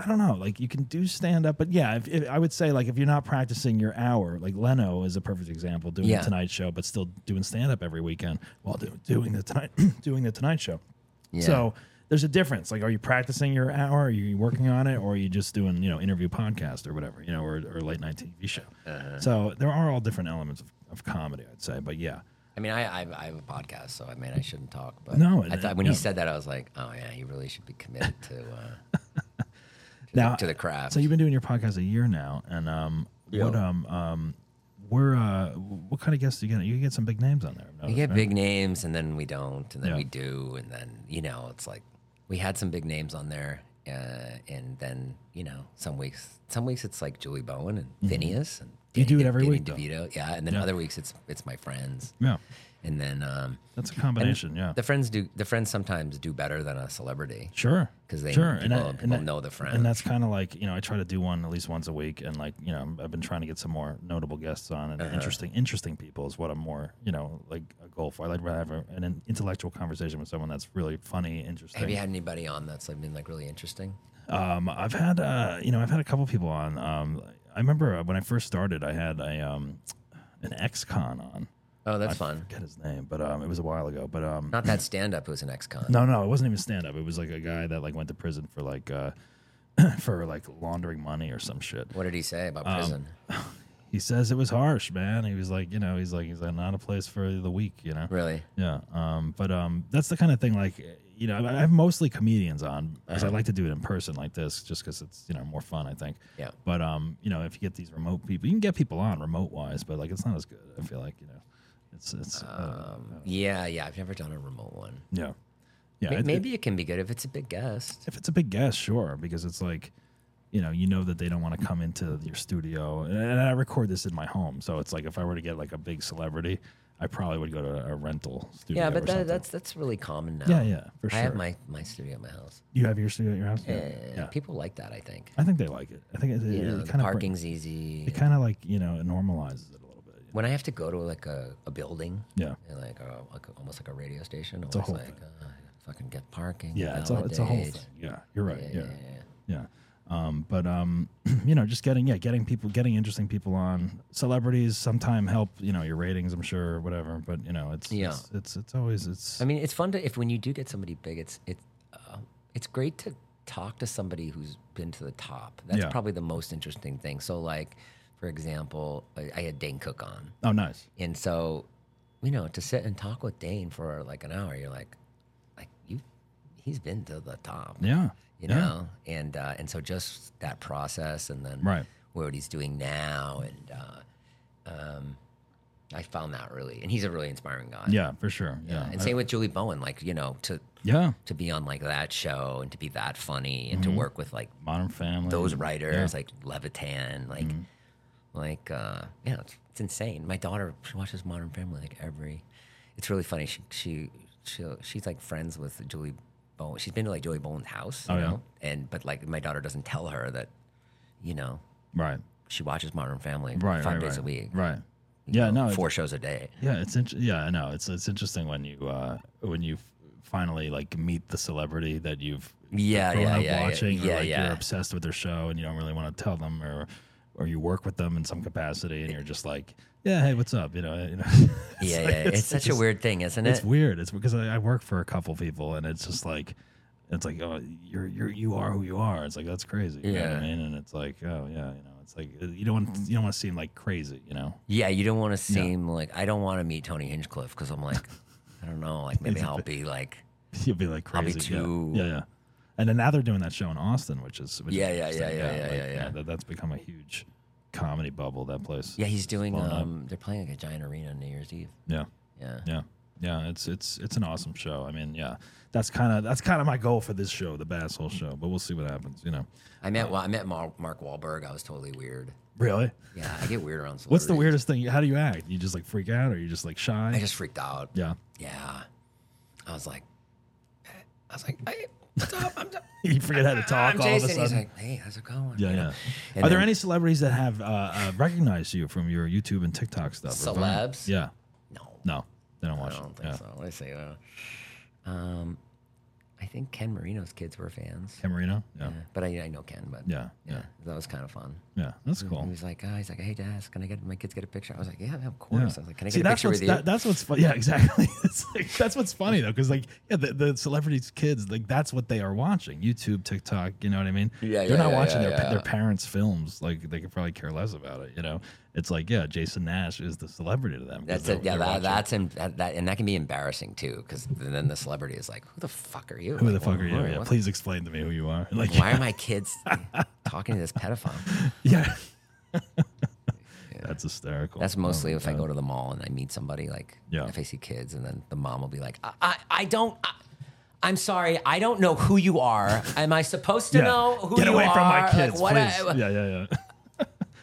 D: I don't know. Like you can do stand up, but yeah, if, if, I would say like if you're not practicing your hour, like Leno is a perfect example doing
E: Yeah.
D: the Tonight Show, but still doing stand up every weekend while do, doing the tonight doing the Tonight Show.
E: Yeah.
D: So there's a difference. Like, are you practicing your hour? Are you working on it? Or are you just doing, you know, interview podcast or whatever, you know, or, or late night TV show?
E: Uh-huh.
D: So there are all different elements of, of comedy, I'd say. But yeah,
E: I mean, I, I, I have a podcast, so I mean, I shouldn't talk. But
D: No,
E: I thought when
D: no.
E: he said that, I was like, oh yeah, he really should be committed to, uh, to,
D: Now-
E: the, to the craft.
D: so you've been doing your podcast a year now, and um, what um um, we're uh, what kind of guests do you get? You get some big names on there. I've
E: We
D: noticed,
E: get
D: right?
E: big names and then we don't, and then
D: Yeah.
E: we do, and then you know, it's like we had some big names on there, uh, and then you know, some weeks, some weeks it's like Julie Bowen and Phineas, and
D: Mm-hmm. You do
E: Danny
D: it every
E: Danny
D: week, though.
E: DeVito, yeah, and then other weeks it's it's my friends,
D: Yeah,
E: and then um,
D: that's a combination. Yeah,
E: the friends do the friends sometimes do better than a celebrity.
D: Sure.
E: 'Cause they-
D: sure.
E: people- people know the friends.
D: And that's kind of like, you know, I try to do one at least once a week. And like, you know, I've been trying to get some more notable guests on
E: Uh-huh.
D: and interesting, interesting people is what I'm more, you know, like a goal for. I like to have a- an intellectual conversation with someone that's really funny, interesting.
E: Have you had anybody on that's like been like really interesting?
D: Um, I've had, uh, you know, I've had a couple people on. Um, I remember uh, when I first started, I had a um, an ex-con on.
E: Oh, that's fun.
D: forget his name, but um, it was a while ago. But um,
E: Not that stand up who's an ex con.
D: no, no, it wasn't even stand up. It was like a guy that like went to prison for like uh, for like laundering money or some shit.
E: What did he say
D: Um,
E: about prison?
D: He says it was harsh, man. He was like, you know, he's like, he's like not a place for the weak, you know.
E: really?
D: Yeah. Um, but um, that's the kind of thing like you know I I have mostly comedians on because
E: Uh-huh.
D: I like to do it in person like this just because it's you know more fun I think.
E: Yeah.
D: But um, you know if you get these remote people, you can get people on remote wise, but like it's not as good. I feel like you know, it's it's uh,
E: Um, Yeah, yeah. I've never done a remote one.
D: yeah, yeah.
E: May-
D: it- it-
E: Maybe it can be good if it's a big guest.
D: if it's a big guest, sure, because it's like. You know, you know that they don't want to come into your studio, and and I record this in my home. So it's like if I were to get like a big celebrity, I probably would go to a rental studio.
E: Yeah,
D: or
E: but
D: something.
E: that, that's that's really common now.
D: Yeah, yeah, for
E: I have
D: sure.
E: my, my studio at my house.
D: you have your studio at your house. Yeah,
E: And People like that, I think.
D: I think they like it. I think it,
E: You
D: it,
E: know,
D: it
E: the
D: kind of
E: parking's easy.
D: it kind of like you know it normalizes it a little bit.
E: when I have to go to like a, a building,
D: Yeah.
E: and like, uh, like almost like a radio station, it's
D: a
E: always
D: whole
E: like uh, fucking get parking.
D: Yeah, it's a it's a whole
E: validate.
D: thing. Yeah, you're right. Yeah, yeah. Um, but um, you know, just getting yeah, getting people, getting interesting people on celebrities sometime help you know your ratings. I'm sure or whatever. But you know, it's
E: Yeah.
D: it's, it's it's always it's
E: I mean, it's fun to if when you do get somebody big, it's it's uh, it's great to talk to somebody who's been to the top. That's
D: Yeah.
E: probably the most interesting thing. So, like for example, I, I had Dane Cook on,
D: oh nice.
E: and so you know to sit and talk with Dane for like an hour, you're like, like you, he's been to the top.
D: Yeah,
E: you
D: yeah.
E: know and uh, and so just that process and then
D: Right.
E: what he's doing now and uh, um, i found that really and he's a really inspiring guy
D: Yeah, for sure. Yeah,
E: and
D: I-
E: same with julie bowen like you know to
D: yeah.
E: to be on like that show and to be that funny and to
D: Mm-hmm.
E: work with like
D: Modern Family.
E: those writers like levitan like
D: Mm.
E: like uh yeah it's, it's insane my daughter she watches modern family like every it's really funny she she, she she's like friends with julie bowen she's been to like julie bowen's house you
D: Oh, yeah?
E: know and but like my daughter doesn't tell her that you know
D: Right.
E: she watches modern family
D: Right.
E: five
D: right,
E: days
D: right.
E: a week
D: Right.
E: you
D: Yeah.
E: know,
D: No. it's-
E: four shows a day
D: Yeah, it's int- yeah, I know. It's it's interesting when you uh, when you f- finally like meet the celebrity that you've
E: Yeah,
D: grown
E: yeah,
D: up
E: yeah, yeah.
D: watching,
E: Yeah,
D: or like
E: yeah.
D: you're obsessed with their show and you don't really want to tell them, or or you work with them in some capacity and you're just like, yeah, hey, what's up? You know, you know. It's
E: yeah
D: like-
E: yeah it's, such
D: just-
E: a weird thing isn't
D: It's
E: it
D: weird. It's because I, I work for a couple people and it's just like. It's like oh you're you're you are who you are. It's like that's crazy. You know what
E: Yeah.
D: I mean, and it's like oh yeah, you know, it's like you don't want you don't want to seem like crazy. You know,
E: yeah you don't want to seem like i don't want to meet tony hinchcliffe because i'm like i don't know like maybe i'll be like
D: You'll be like
E: I'll be
D: crazy. yeah.
E: too-
D: Yeah. yeah, And then now they're doing that show in Austin, which is which is
E: Yeah, yeah, yeah,
D: interesting.
E: yeah, yeah, yeah, yeah.
D: that, that's become a huge comedy bubble. That place.
E: Yeah, he's doing.
D: blown up.
E: Um, they're playing like a giant arena on New Year's Eve.
D: yeah,
E: Yeah.
D: yeah, yeah. It's it's it's an awesome show. I mean, yeah, that's kind of that's kind of my goal for this show, the Basshole Show. But we'll see what happens. You know,
E: I
D: Uh,
E: met. Well, I met Mar- Mark Wahlberg. I was totally weird.
D: really.
E: Yeah, I get weird around.
D: What's the
E: celebrities.
D: weirdest thing? How do you act? You just like freak out, or you just like shy?
E: I just freaked out.
D: yeah,
E: Yeah. I was like, I was like, hey, what's up? I'm,
D: you forget how to talk
E: I'm
D: all of a
E: Jason.
D: sudden.
E: He's like, hey, how's it going?
D: yeah,
E: You know?
D: yeah.
E: And
D: Are there
E: then-
D: any celebrities that have uh, uh, recognized you from your YouTube and TikTok stuff? or Vine?
E: Celebs?
D: Yeah.
E: No.
D: No, they don't watch
E: I
D: it.
E: don't think
D: yeah.
E: so. What do I say? Uh, um, I think Ken Marino's kids were fans.
D: Camerino? Yeah.
E: Yeah, But I, I know Ken. But
D: Yeah, yeah.
E: that was kind of fun.
D: Yeah. That's
E: He
D: cool.
E: was like, uh, he's like, hey, Dad, can I get my kids get a picture? I was like, yeah, of course.
D: Yeah.
E: I was like, can I get
D: See,
E: a
D: that's
E: picture
D: what's
E: with you?
D: that, that's what's fun. Yeah, exactly. It's like, that's what's funny though, because like yeah, the, the celebrities' kids like that's what they are watching: YouTube, TikTok. You know what I mean?
E: Yeah,
D: They're
E: yeah,
D: not
E: yeah,
D: watching
E: yeah,
D: their
E: yeah.
D: their parents' films. Like they could probably care less about it. You know? It's like yeah, Jason Nash is the celebrity to them. 'cause
E: That's
D: they're-
E: it. Yeah,
D: they're watching.
E: that, that's and that, that and that can be embarrassing too, because then the celebrity is like, "Who the fuck are you?
D: Who the
E: Like,
D: fuck are you?
E: why-
D: Yeah,
E: what-
D: please explain to me who you are. Like,
E: Why are my kids talking to this pedophile?"
D: yeah, that's hysterical.
E: That's
D: Oh,
E: mostly if I
D: God.
E: go to the mall and I meet somebody, like
D: Yeah.
E: if I see kids, and then the mom will be like, "I, I, I don't." I, I'm sorry, I don't know who you are. Am I supposed to
D: Yeah.
E: know who
D: Get
E: you
D: away
E: are?
D: from my
E: Like,
D: kids,
E: what I-
D: please. yeah, yeah, yeah.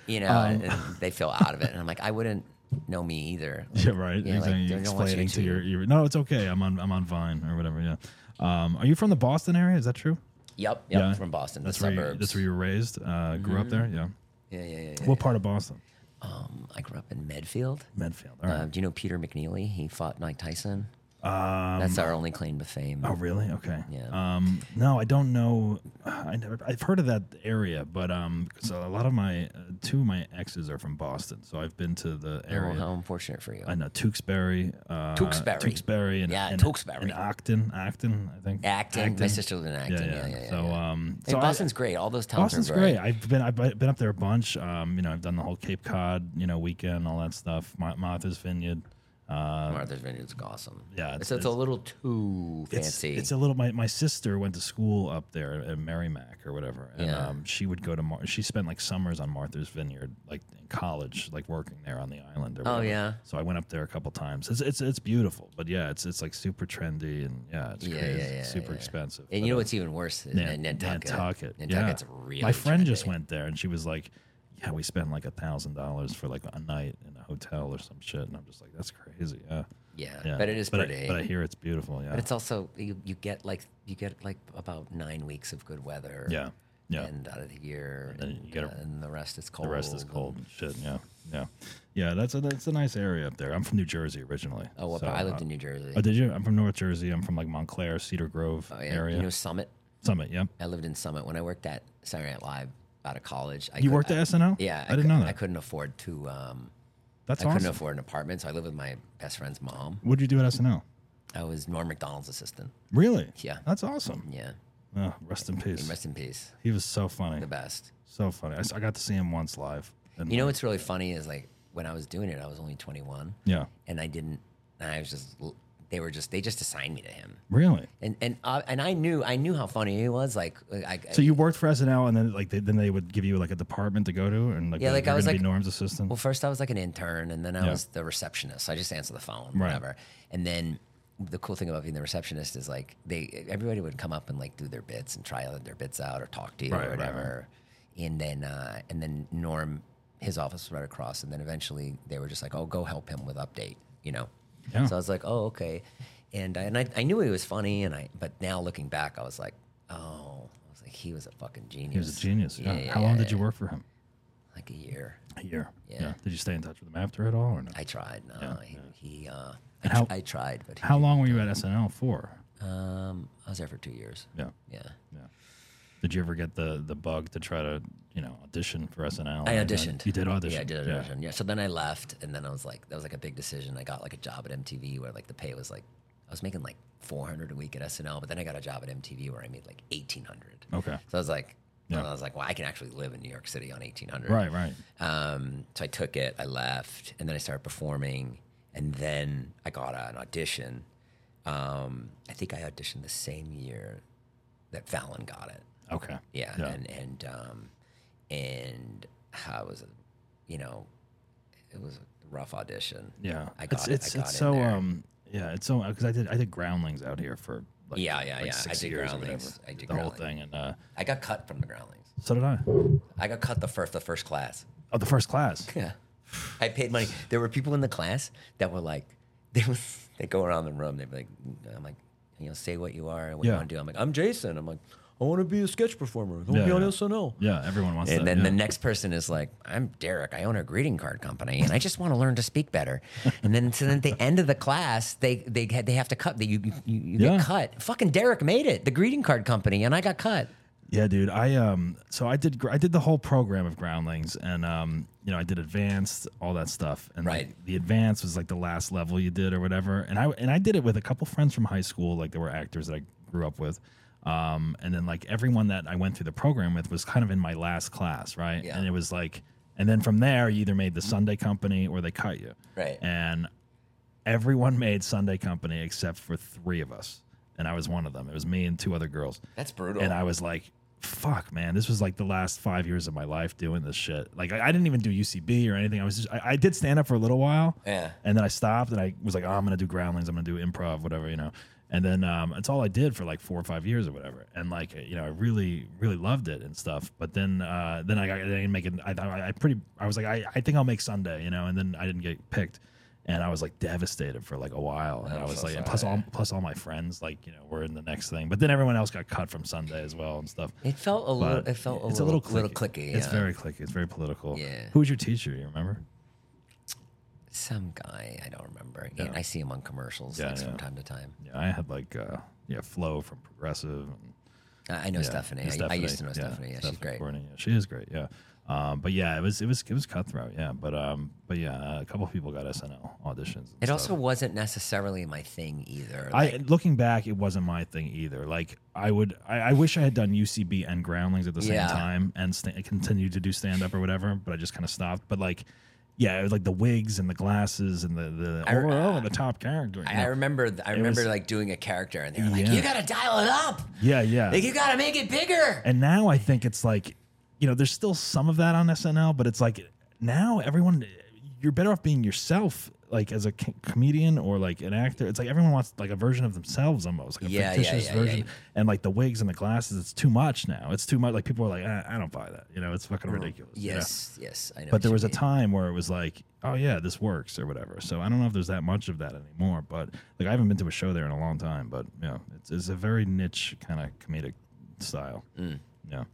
E: You know,
D: Um,
E: and, and they feel out of it, and I'm like, I wouldn't know me either.
D: Yeah, right.
E: Yeah, like,
D: exactly.
E: they don't want you
D: Explaining to
E: to-
D: your, your no, it's okay. I'm on I'm on Vine or whatever. Yeah. Um, are you from the Boston area? Is that true?
E: Yep, yep, from Boston,
D: That's
E: the
D: where
E: suburbs. Mm-hmm.
D: you, that's where you were raised. Uh, grew up there. Yeah.
E: yeah, yeah, yeah. yeah.
D: What part of Boston?
E: Um, I grew up in Medfield.
D: Medfield. All right.
E: Uh, do you know Peter McNeely? He fought Mike Tyson. That's our only claim to fame.
D: Um, Oh, really? Okay.
E: Yeah.
D: Um, no, I don't know. I never. I've heard of that area, but um, so a lot of my uh, two of my exes are from Boston, so I've been to the
E: Oh,
D: area.
E: how unfortunate for you.
D: I know Tewksbury. Uh,
E: Tewksbury.
D: Tewksbury. And,
E: Yeah,
D: and,
E: Tewksbury.
D: And Acton. Acton. I think.
E: Acting. My sister was in acting. Yeah, yeah, yeah.
D: so,
E: yeah.
D: um,
E: Hey,
D: so I-
E: Boston's great. All those towns
D: Boston's
E: are
D: great. I've been I've been up there a bunch. Um, you know, I've done the whole Cape Cod, you know, weekend, all that stuff. Ma- Martha's Vineyard. Uh,
E: Martha's Vineyard's awesome.
D: Yeah, it's-
E: it's, it's, a
D: it's-
E: little too
D: it's-
E: fancy.
D: It's, a little. My, my sister went to school up there at Merrimack or whatever, and
E: Yeah.
D: um, she would go to. Mar- she spent like summers on Martha's Vineyard, like in college, like working there on the island. Or
E: Oh,
D: whatever.
E: yeah.
D: So I went up there a couple times. It's it's it's beautiful, but yeah, it's it's like super trendy and yeah, it's
E: Yeah,
D: crazy,
E: yeah, yeah,
D: super
E: yeah.
D: expensive.
E: and you know what's even worse? Is
D: Nan-
E: Nantucket.
D: Nantucket.
E: Nantucket's
D: yeah.
E: really.
D: My friend just
E: trendy.
D: went there and she was like, "Yeah, we spent like a thousand dollars for like a night in a hotel or some shit," and I'm just like, "That's crazy." Yeah,
E: Yeah,
D: yeah.
E: but it is
D: but
E: pretty.
D: I, but I hear it's beautiful. Yeah,
E: But it's also you, you get like you get like about nine weeks of good weather.
D: yeah, yeah.
E: And out of the year, and,
D: then you get a-
E: uh, and the rest is cold.
D: the rest is cold and shit. Yeah, yeah, yeah. That's a that's a nice area up there. I'm from New Jersey originally.
E: Oh, well,
D: so,
E: I lived
D: uh,
E: in New Jersey.
D: Oh, did you? I'm from North Jersey. I'm from like Montclair, Cedar Grove
E: Oh, yeah.
D: area,
E: You know Summit.
D: Summit. Yeah,
E: I lived in Summit when I worked at Saturday Night Live out of college. I
D: you worked
E: I-
D: at SNL.
E: Yeah,
D: I, didn't
E: cou-
D: know that.
E: I couldn't afford to. Um,
D: that's
E: I
D: awesome.
E: couldn't afford an apartment, so I lived with my best friend's mom.
D: What did you do at SNL?
E: I was Norm Macdonald's assistant.
D: Really?
E: Yeah.
D: That's awesome.
E: Yeah,
D: Oh, rest in peace.
E: rest in peace.
D: He was so funny.
E: The best.
D: So funny. I, s- I got to see him once live. And
E: You know what's really funny is like when I was doing it, I was only 21,
D: Yeah.
E: and I didn't. And I was just. l- They were just. They just assigned me to him.
D: Really?
E: And and uh, and I knew I knew how funny he was. Like I,
D: So you worked for SNL, and then like they, then they would give you like a department to go to, and like
E: Yeah,
D: you're-
E: like,
D: you're
E: I was,
D: gonna be
E: like-
D: Norm's assistant.
E: Well, first I was like an intern, and then I
D: Yeah.
E: was the receptionist. So I just answer the phone,
D: Right.
E: whatever. And then the cool thing about being the receptionist is like they everybody would come up and like do their bits and try out their bits out or talk to you
D: Right,
E: or
D: right, right.
E: whatever. And then uh, and then Norm, his office was right across. And then eventually they were just like, "Oh, go help him with update," you know.
D: Yeah.
E: So I was like, "Oh, okay." And I, and I, I knew he was funny, and I but now looking back, I was like, "Oh." I was like, He was a fucking genius.
D: he was a genius. Yeah.
E: yeah,
D: How long
E: yeah,
D: did you work for him?
E: Like a year.
D: A year.
E: Yeah.
D: Did you stay in touch with him after at all, or no?
E: I tried. No, he, he uh, I,
D: And how-
E: tr- I tried, but he,
D: How long were you at SNL for?
E: um, I was there for two years.
D: Yeah.
E: Yeah.
D: Yeah. Did you ever get the the bug to try to you know audition for SNL?
E: I
D: And then-
E: auditioned.
D: uh, You did audition.
E: Yeah, I did audition. Yeah. So then I left, and then I was like, that was like a big decision. I got like a job at MTV where like the pay was like, I was making like 400 a week at SNL, but then I got a job at MTV where I made like 1800.
D: Okay.
E: So I was like,
D: Yeah.
E: and I was like, well, I can actually live in New York City on 1800.
D: Right. Right.
E: Um, so I took it, I left, and then I started performing, and then I got an audition. Um, I think I auditioned the same year that Fallon got it.
D: Okay.
E: Yeah,
D: Yeah.
E: and and um, and I was, you know, it was a rough audition.
D: Yeah,
E: I
D: it's
E: got it. I
D: it's,
E: got
D: it's
E: in
D: so
E: there.
D: um yeah it's so because I did I did groundlings out here for like,
E: Yeah, yeah,
D: like
E: yeah.
D: six
E: I did
D: years or
E: Groundlings.
D: whatever,
E: I did
D: the whole
E: Groundlings.
D: thing and uh
E: I got cut from the Groundlings.
D: so did I
E: I got cut the first the first class.
D: oh the first class
E: Yeah. I paid money. There were people in the class that were like, they would they go around the room. They'd be like, I'm like, you know, say what you are and what
D: Yeah.
E: you want to do. I'm like, I'm Jason. I'm like, I want to be a sketch performer. I want to
D: Yeah,
E: be on
D: yeah.
E: SNL.
D: yeah everyone wants
E: And
D: that
E: then
D: yeah.
E: the next person is like, I'm Derek. I own a greeting card company, and I just want to learn to speak better. And then, so then at the end of the class, they they had, they have to cut. They, you you, you
D: Yeah.
E: get cut. Fucking Derek made it, the greeting card company, and I got cut.
D: Yeah, dude. I um, so I did gr- I did the whole program of Groundlings, and um, you know, I did advanced, all that stuff, and like,
E: Right.
D: the advanced was like the last level you did or whatever, and I and I did it with a couple friends from high school, like there were actors that I grew up with. Um, and then like everyone that I went through the program with was kind of in my last class, right?
E: Yeah.
D: And it was like, and then from there, you either made the Sunday company or they cut you,
E: Right.
D: And everyone made Sunday company except for three of us, and I was one of them. It was me and two other girls.
E: That's brutal.
D: And I was like, fuck, man, this was like the last five years of my life doing this shit. Like, I, I didn't even do UCB or anything. I was just, I, I did stand up for a little while.
E: Yeah.
D: And then I stopped and I was like, oh, I'm going to do groundlings. I'm going to do improv, whatever, you know. And then um, it's all I did for like four or five years or whatever. And like, uh, you know, I really, really loved it and stuff. But then, uh, then I, I didn't make it. I thought I, I pretty, I was like, I, I think I'll make Sunday, you know, and then I didn't get picked. And I was like devastated for like a while. And I was like, and plus all, plus all my friends, like, you know, were in the next thing. But then everyone else got cut from Sunday as well and stuff.
E: It felt a little.
D: But
E: It felt a
D: it's
E: little,
D: clicky.
E: little clicky.
D: It's
E: yeah.
D: very clicky. It's very political.
E: Yeah.
D: Who was your teacher? You remember?
E: Some guy, I don't remember. And I see him on commercials
D: Yeah,
E: like,
D: yeah.
E: from time to time.
D: Yeah, I had like uh, yeah, Flo from Progressive. and-
E: I I know
D: yeah,
E: Stephanie.
D: and
E: I, I used to know Stephanie. Yeah, she's great.
D: Courtney, yeah, she is great. Yeah. Um, but yeah, it was it was it was cutthroat. Yeah, but um, but yeah, a couple people got SNL auditions. and
E: It
D: stuff.
E: also wasn't necessarily my thing either.
D: I looking back, it wasn't my thing either. Like I would, I, I wish I had done UCB and Groundlings at the same
E: Yeah.
D: time and sta continued to do stand up or whatever. But I just kind of stopped. But like, yeah, it was like the wigs and the glasses and the the
E: I re-
D: oh, oh, the top character.
E: I, I remember, th- I remember like doing a character, and they were like,
D: Yeah.
E: "You gotta dial it up.
D: yeah, yeah.
E: Like you gotta make it bigger."
D: And now I think it's like, you know, there's still some of that on SNL, but it's like now everyone, you're better off being yourself, like as a c- comedian or like an actor. It's like everyone wants like a version of themselves almost, like a
E: Yeah, yeah,
D: fictitious
E: yeah, yeah,
D: version.
E: yeah.
D: And like the wigs and the glasses, it's too much now. It's too much. Like people are like, "Ah, I don't buy that. You know, it's fucking ridiculous. you know?
E: Oh, yes, yes, I know.
D: But there
E: what
D: was
E: you
D: a time where it was like, oh yeah, this works or whatever. So I don't know if there's that much of that anymore. But like I haven't been to a show there in a long time. But yeah, it's, it's a very niche kind of comedic style.
E: Mm.
D: Yeah.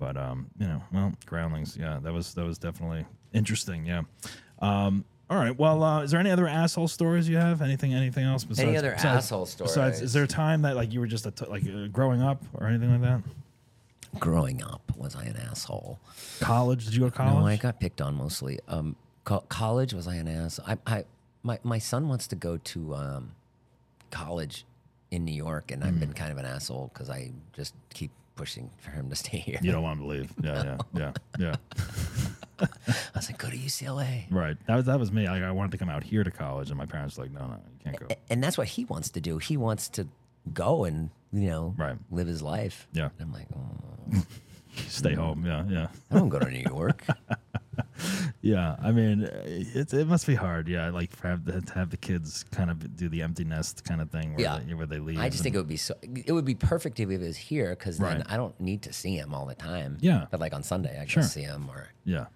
D: But um, you know, well, groundlings. Yeah, that was that was definitely interesting. Yeah. Um. All right. Well, uh, is there any other asshole stories you have? Anything? Anything else besides?
E: other
D: besides-
E: asshole
D: Besides, is there a time that like you were just a t- like uh, growing up or anything like that?
E: mean. growing up, was I an asshole?
D: College? Did you go to college?
E: No, I got picked on mostly. Um, co- college was I an ass? I, I, my, my son wants to go to um, college in New York, and
D: Hmm.
E: I've been kind of an asshole because I just keep pushing for him to stay here.
D: you don't want to believe. Yeah. Yeah. Yeah. Yeah.
E: I was like, go to UCLA.
D: Right. That was that was me. Like I wanted to come out here to college, and my parents were like, no, no, you can't go.
E: and that's what he wants to do. He wants to go and you know
D: Right.
E: live his life.
D: Yeah.
E: And I'm like, oh,
D: Stay home. Yeah, yeah,
E: I don't go to New York.
D: yeah. I mean, eh, it it must be hard. Yeah, like for have the, to have the kids kind of do the empty nest kind of thing where,
E: Yeah.
D: they, where they leave.
E: I just think it
D: and-
E: would be so. It would be perfect if it was here because then
D: Right.
E: I don't need to see him all the time.
D: Yeah.
E: But like on Sunday, I
D: Sure.
E: can see him, or
D: yeah.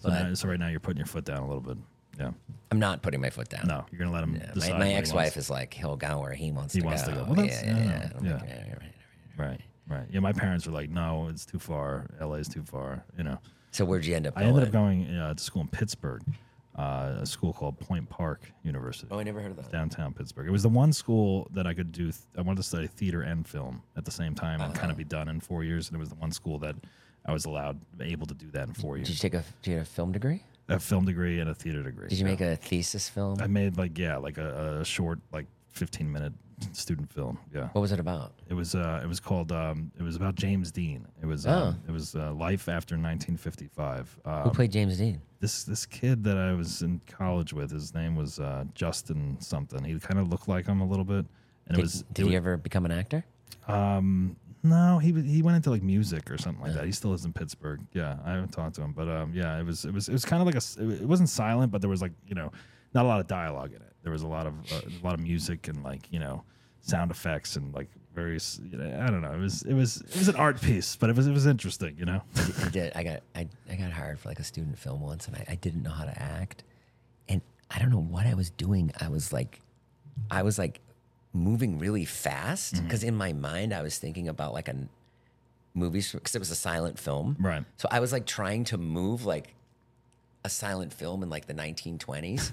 D: So,
E: But-
D: now, so right now you're putting your foot down a little bit. Yeah.
E: I'm not putting my foot down.
D: No, you're gonna let him
E: Yeah,
D: decide.
E: My,
D: what
E: my
D: he
E: ex-wife
D: wants.
E: is like, he'll go where he wants
D: He
E: to
D: wants
E: go.
D: to go. Well, that's-
E: yeah, yeah,
D: no,
E: yeah. And I'm like,
D: yeah.
E: "Yeah, you're right, you're right."
D: right, right. Yeah, my parents were like, no, it's too far. LA's too far. You know.
E: So where'd you end up?
D: I ended up going uh, to school in Pittsburgh, uh, a school called Point Park University.
E: Oh, I never heard of that.
D: downtown Pittsburgh. It was the one school that I could do. Th- I wanted to study theater and film at the same time and
E: Uh-huh.
D: kind of be done in four years. And it was the one school that I was allowed, able to do that in four
E: Did you
D: years.
E: take a? Did you get a film degree?
D: A film degree and a theater degree.
E: Did you make a thesis film?
D: I made like yeah, like a, a short, like fifteen minute student film. Yeah,
E: what was it about?
D: it was. Uh, it was called. Um, it was about James Dean. It was. Um,
E: Oh.
D: It was uh, life after 1955. Um,
E: Who played James Dean?
D: this this kid that I was in college with, his name was uh, Justin something. He kind of looked like him a little bit, and it
E: Did,
D: was.
E: did
D: it
E: he
D: wa-
E: ever become an actor?
D: No, he was- he went into like music or something like that. He still lives in Pittsburgh. Yeah, I haven't talked to him, but um, yeah, it was it was it was kind of like a s- it wasn't silent, but there was like you know not a lot of dialogue in it. There was a lot of uh, a lot of music and like you know sound effects and like various you know, I don't know. It was it was it was an art piece, but it was it was interesting, you know.
E: I did. I got I, I got hired for like a student film once, and I, I didn't know how to act, and I don't know what I was doing. I was like, I was like moving really fast because in my mind I was thinking about like a n- movie because it was a silent film,
D: Right.
E: So I was like trying to move like a silent film in like the 1920s.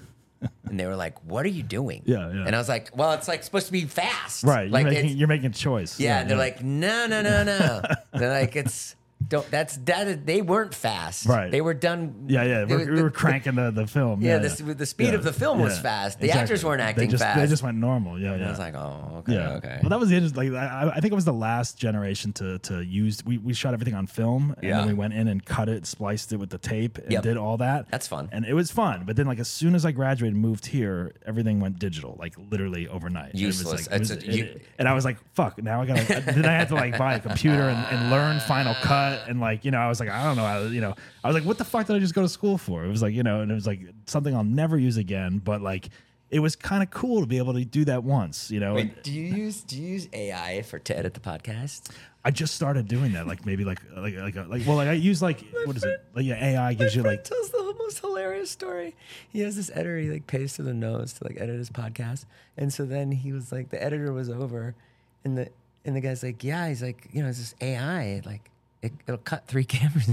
E: And they were like, "What are you doing?"
D: Yeah, yeah.
E: And I was like, "Well, it's like supposed to be fast,
D: Right,
E: Like
D: you're,
E: it's-
D: making, you're making a choice.
E: yeah, and they're like, no, no, no, no. they're like, it's don't. That's that. is- They weren't fast.
D: Right.
E: They were done.
D: Yeah, yeah,
E: they
D: we're,
E: were-
D: we were
E: the-
D: cranking the, the film.
E: Yeah,
D: Yeah,
E: this- the speed of the film was fast. The actors weren't acting
D: they just, They
E: fast.
D: just went normal. Yeah, yeah.
E: I was like, oh, okay,
D: yeah.
E: okay.
D: Well, that was the interesting. Like, I, I think it was the last generation to to use. We, we shot everything on film, and
E: Yeah.
D: then we went in and cut it, spliced it with the tape, and
E: Yep.
D: did all that.
E: That's fun.
D: and it was fun. But then, like, as soon as I graduated, and moved here, everything went digital, like literally overnight. And It
E: Useless.
D: was, like, it was-
E: It's a- you-
D: it- and I was like, fuck. Now I gotta. then I had to like buy a computer and, and learn Final Cut, and like, you know, I was like, I don't know, how, you know, I was like, what the fuck did I just go to school for? It was like, you know, and it was like something I'll never use again, but like. It was kind of cool to be able to do that once, you know. and-
E: Wait, do you use do you use AI for to edit the podcast?
D: I just started doing that, like maybe like like like uh, like well, like I use like what is it? Like yeah, AI gives you like
E: tells the most hilarious story. He has this editor he like pays to the nose to like edit his podcast, and so then he was like, the editor was over, and the and the guy's like, yeah, he's like, you know, it's this AI like it, it'll cut three cameras.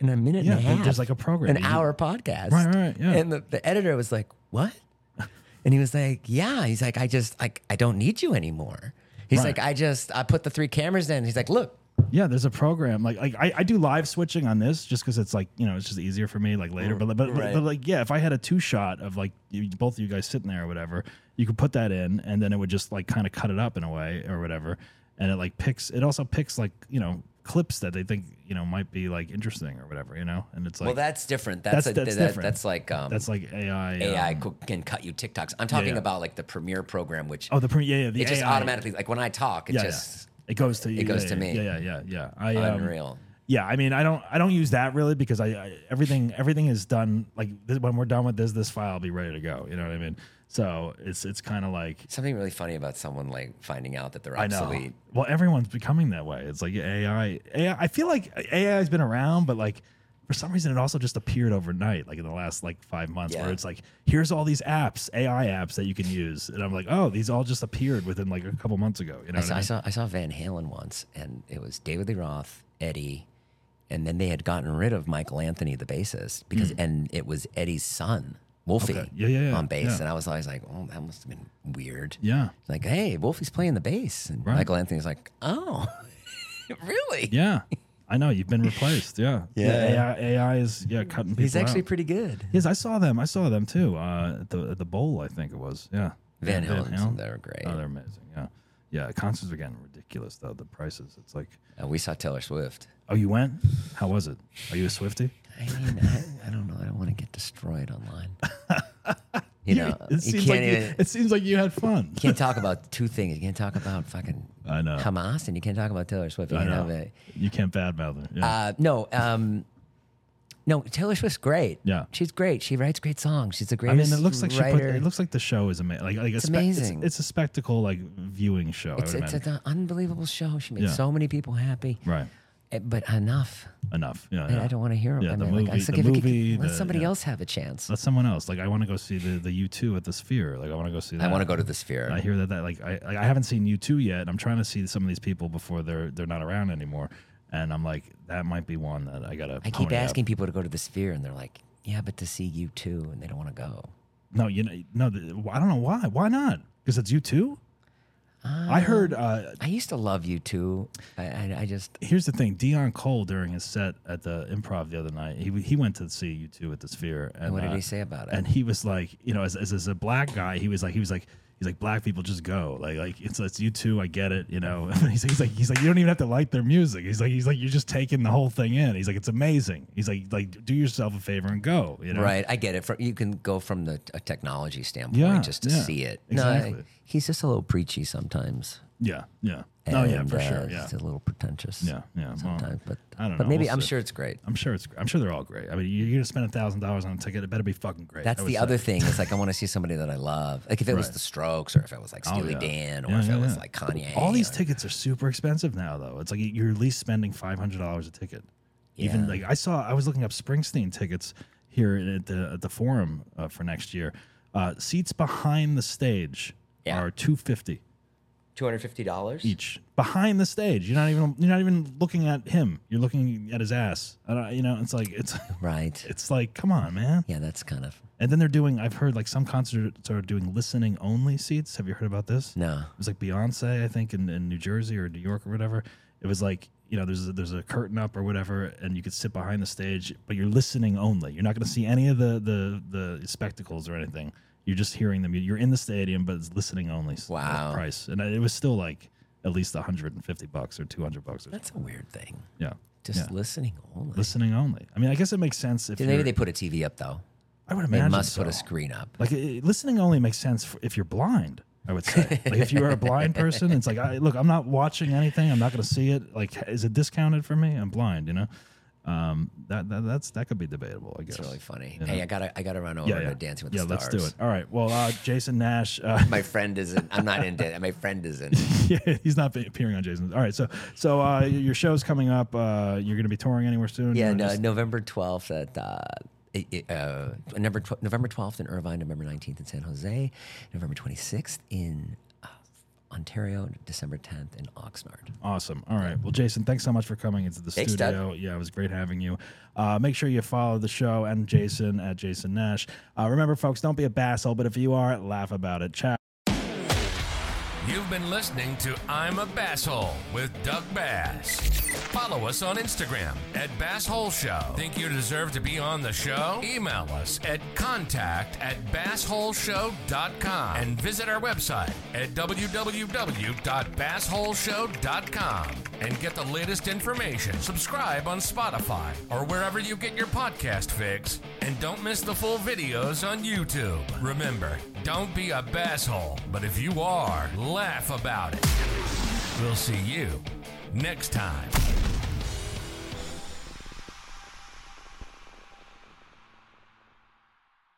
E: in a minute and a
D: Yeah,
E: half.
D: there's like a program.
E: An
D: You-
E: hour podcast.
D: Right, right, yeah.
E: And the, the editor was like, what? And he was like, yeah. He's like, I just, like, I don't need you anymore. He's
D: Right.
E: like, I just, I put the three cameras in. He's like, look,
D: Yeah, there's a program. Like, like I, I do live switching on this just because it's like you know it's just easier for me like later. But but, but-
E: Mm, Right.
D: but like yeah, if I had a two shot of like you, both of you guys sitting there or whatever, you could put that in and then it would just like kind of cut it up in a way or whatever, and it like picks. It also picks like you know clips that they think you know might be like interesting or whatever you know. And it's like
E: well, that's different. That's,
D: That's-
E: a,
D: that's
E: that,
D: different.
E: that's like, um,
D: that's like AI. um,
E: AI co- can cut you TikToks. I'm talking
D: yeah.
E: about like the premiere program, which
D: oh, the pre- yeah yeah the
E: it just
D: AI
E: automatically, like when I talk, it
D: yeah, yeah.
E: just
D: It goes to you.
E: goes
D: yeah,
E: to me.
D: Yeah, yeah, yeah, yeah. I, um,
E: unreal.
D: Yeah, I mean, I don't, I don't use that really because I, I everything, everything is done. Like this, when we're done with this, this file will be ready to go. You know what I mean? So it's, it's kind of like
E: Something really funny about someone like finding out that they're
D: I know.
E: obsolete.
D: Well, everyone's becoming that way. It's like AI, AI. I feel like AI has been around, but like for some reason, it also just appeared overnight, like in the last like five months,
E: Yeah.
D: where it's like, here's all these apps, AI apps that you can use, and I'm like, oh, these all just appeared within like a couple months ago. You know?
E: I
D: what
E: saw,
D: I
E: I
D: mean?
E: saw I saw Van Halen once, and it was David Lee Roth, Eddie, and then they had gotten rid of Michael Anthony, the bassist, because and it was Eddie's son, Wolfie,
D: Hmm. Okay. Yeah, yeah, yeah,
E: on bass,
D: yeah.
E: and I was always like, oh, that must have been weird.
D: Yeah.
E: It's like, hey, Wolfie's playing the bass, and
D: Right.
E: Michael Anthony's like, oh, really?
D: Yeah, I know you've been replaced. Yeah,
E: Yeah.
D: AI, AI is yeah cutting people.
E: He's actually
D: out.
E: pretty good.
D: Yes, I saw them. I saw them too. Uh, at the at the bowl, I think it was. Yeah,
E: Van
D: Yeah,
E: Halen,
D: Halen.
E: they were great.
D: Oh, they're amazing. Yeah, yeah. Concerts are getting ridiculous though. The prices. It's like,
E: Uh, we saw Taylor Swift.
D: oh, you went? How was it? Are you a Swifty?
E: I mean, I, I don't know. I don't want to get destroyed online. You know, you,
D: it seems
E: can't
D: like
E: even.
D: you, it seems like you had fun.
E: can't talk about two things. You can't talk about fucking
D: I know.
E: Hamas, and you can't talk about Taylor Swift. You
D: I
E: can't
D: know.
E: have it.
D: You can't badmouth her. Yeah.
E: Uh, no, um, no. Taylor Swift's great.
D: Yeah.
E: she's great. She writes great songs. She's the
D: I mean,
E: greatest.
D: it looks like she put,
E: writer.
D: it looks like the show is amazing. Like, like
E: It's
D: a spe-
E: amazing.
D: It's, it's a spectacle, like viewing show. I
E: It's,
D: would
E: it's
D: imagine.
E: an unbelievable show. She made
D: Yeah.
E: so many people happy.
D: right.
E: Eh, But enough.
D: Enough. Yeah,
E: I-
D: yeah.
E: I don't want to hear them.
D: Yeah,
E: I
D: the
E: mean, like,
D: movie-
E: so
D: the
E: if you could-
D: movie,
E: let
D: the-
E: somebody
D: yeah.
E: else have a chance.
D: Let someone else. Like I want to go see the the U two at the Sphere. Like I want to go see. That.
E: I want to go to the Sphere.
D: I hear that that like I like, I haven't seen U two yet. and I'm trying to see some of these people before they're they're not around anymore. And I'm like, that might be one that I gotta.
E: I keep
D: pony up.
E: asking people to go to the Sphere, and they're like, "Yeah, but to see you too," and they don't want to go.
D: No, you know, no. th- I don't know why. Why not? Because it's U two.
E: Ah.
D: I heard. Uh,
E: I used to love you too. I, I, I just
D: here's the thing: Dion Cole during his set at the Improv the other night, he he went to see U two at the Sphere. And
E: what did
D: uh,
E: he say about it?
D: and he was like, you know, as, as, as a black guy, he was like, he was like, he's like, black people just go, like, like it's it's you two, I get it, you know. he's, like, he's like, he's like, you don't even have to like their music. He's like, he's like, you're just taking the whole thing in. He's like, it's amazing. He's like, like, do yourself a favor and go, you know.
E: Right, I get it. From you can go from the a technology standpoint
D: Yeah,
E: just to
D: yeah,
E: see it. No,
D: exactly.
E: I- he's just a little preachy sometimes.
D: Yeah, yeah. oh yeah,
E: and,
D: for
E: uh,
D: sure. Yeah,
E: he's a little pretentious.
D: yeah, yeah. well,
E: sometimes, but
D: I don't
E: But
D: know.
E: maybe
D: We'll
E: I'm
D: see.
E: sure it's great.
D: I'm sure it's. I'm sure they're all great. I mean, you- you're gonna spend a thousand dollars on a ticket. It better be fucking great.
E: That's
D: I would
E: the
D: say.
E: other thing. It's like I want to see somebody that I love. Like if it was
D: Right.
E: the Strokes, or if it was like
D: Oh,
E: Steely
D: yeah.
E: Dan, or
D: Yeah,
E: if
D: yeah,
E: it was
D: yeah.
E: like Kanye.
D: All these
E: or-
D: tickets are super expensive now, though. It's like you're at least spending five hundred dollars a ticket. Even
E: Yeah.
D: like I saw, I was looking up Springsteen tickets here at the at the Forum uh, for next year. Uh, seats behind the stage
E: Yeah.
D: are two fifty
E: two hundred fifty dollars
D: each. Behind the stage, you're not even you're not even looking at him. You're looking at his ass. I don't, you know, it's like it's
E: Right.
D: it's like come on, man.
E: Yeah, that's kind of
D: And then they're doing. I've heard like some concerts are doing listening only seats. Have you heard about this?
E: no.
D: It was like Beyonce, I think, in, in New Jersey or New York or whatever. It was like you know, there's a, there's a curtain up or whatever, and you could sit behind the stage, but you're listening only. You're not going to see any of the, the the spectacles or anything. You're just hearing them. You're in the stadium, but it's listening only. s- uh,
E: Wow.
D: price, and it was still like at least 150 bucks or 200 bucks or
E: That's a weird thing.
D: yeah,
E: Just
D: yeah.
E: listening only.
D: listening only. I mean, I guess it makes sense if
E: Dude, Maybe
D: you're-
E: they put a TV up though.
D: I would
E: They
D: imagine
E: must put a
D: so.
E: screen up.
D: Like it, listening only makes sense for, if you're blind. I would say, like, if you are a blind person, it's like, I, look, I'm not watching anything. I'm not going to see it. Like, is it discounted for me? I'm blind. You know, um, that, that that's that could be debatable. I guess.
E: It's really funny. Hey, I gotta I gotta run over
D: Yeah, yeah.
E: to Dancing with
D: yeah,
E: the Stars.
D: let's do it. All right. Well, uh, Jason Nash. Uh,
E: My friend isn't. I'm not into it. My friend isn't.
D: yeah, he's not appearing on Jason. All right. So, so uh, your show's coming up. Uh, you're going to be touring anywhere soon?
E: Yeah,
D: Or
E: no,
D: just-
E: November 12th at. Uh, it- it, uh, November, tw- November 12th in Irvine, November 19th in San Jose, November 26th in uh, Ontario, December 10th in Oxnard.
D: Awesome. All right. Well, Jason, thanks so much for coming into the
E: Thanks, Doug.
D: studio. Yeah, it was great having you. Uh, make sure you follow the show and Jason at Jason Nash. Uh, remember, folks, don't be a basshole, but if you are, laugh about it. Ciao.
A: You've been listening to I'm a Basshole with Doug Bass. Follow us on Instagram at Basshole Show. Think you deserve to be on the show? Email us at contact at bassholeshow.com and visit our website at www.bassholeshow.com and get the latest information. Subscribe on Spotify or wherever you get your podcast fix and don't miss the full videos on YouTube. Remember, don't be a basshole, but if you are, laugh about it. We'll see you next time.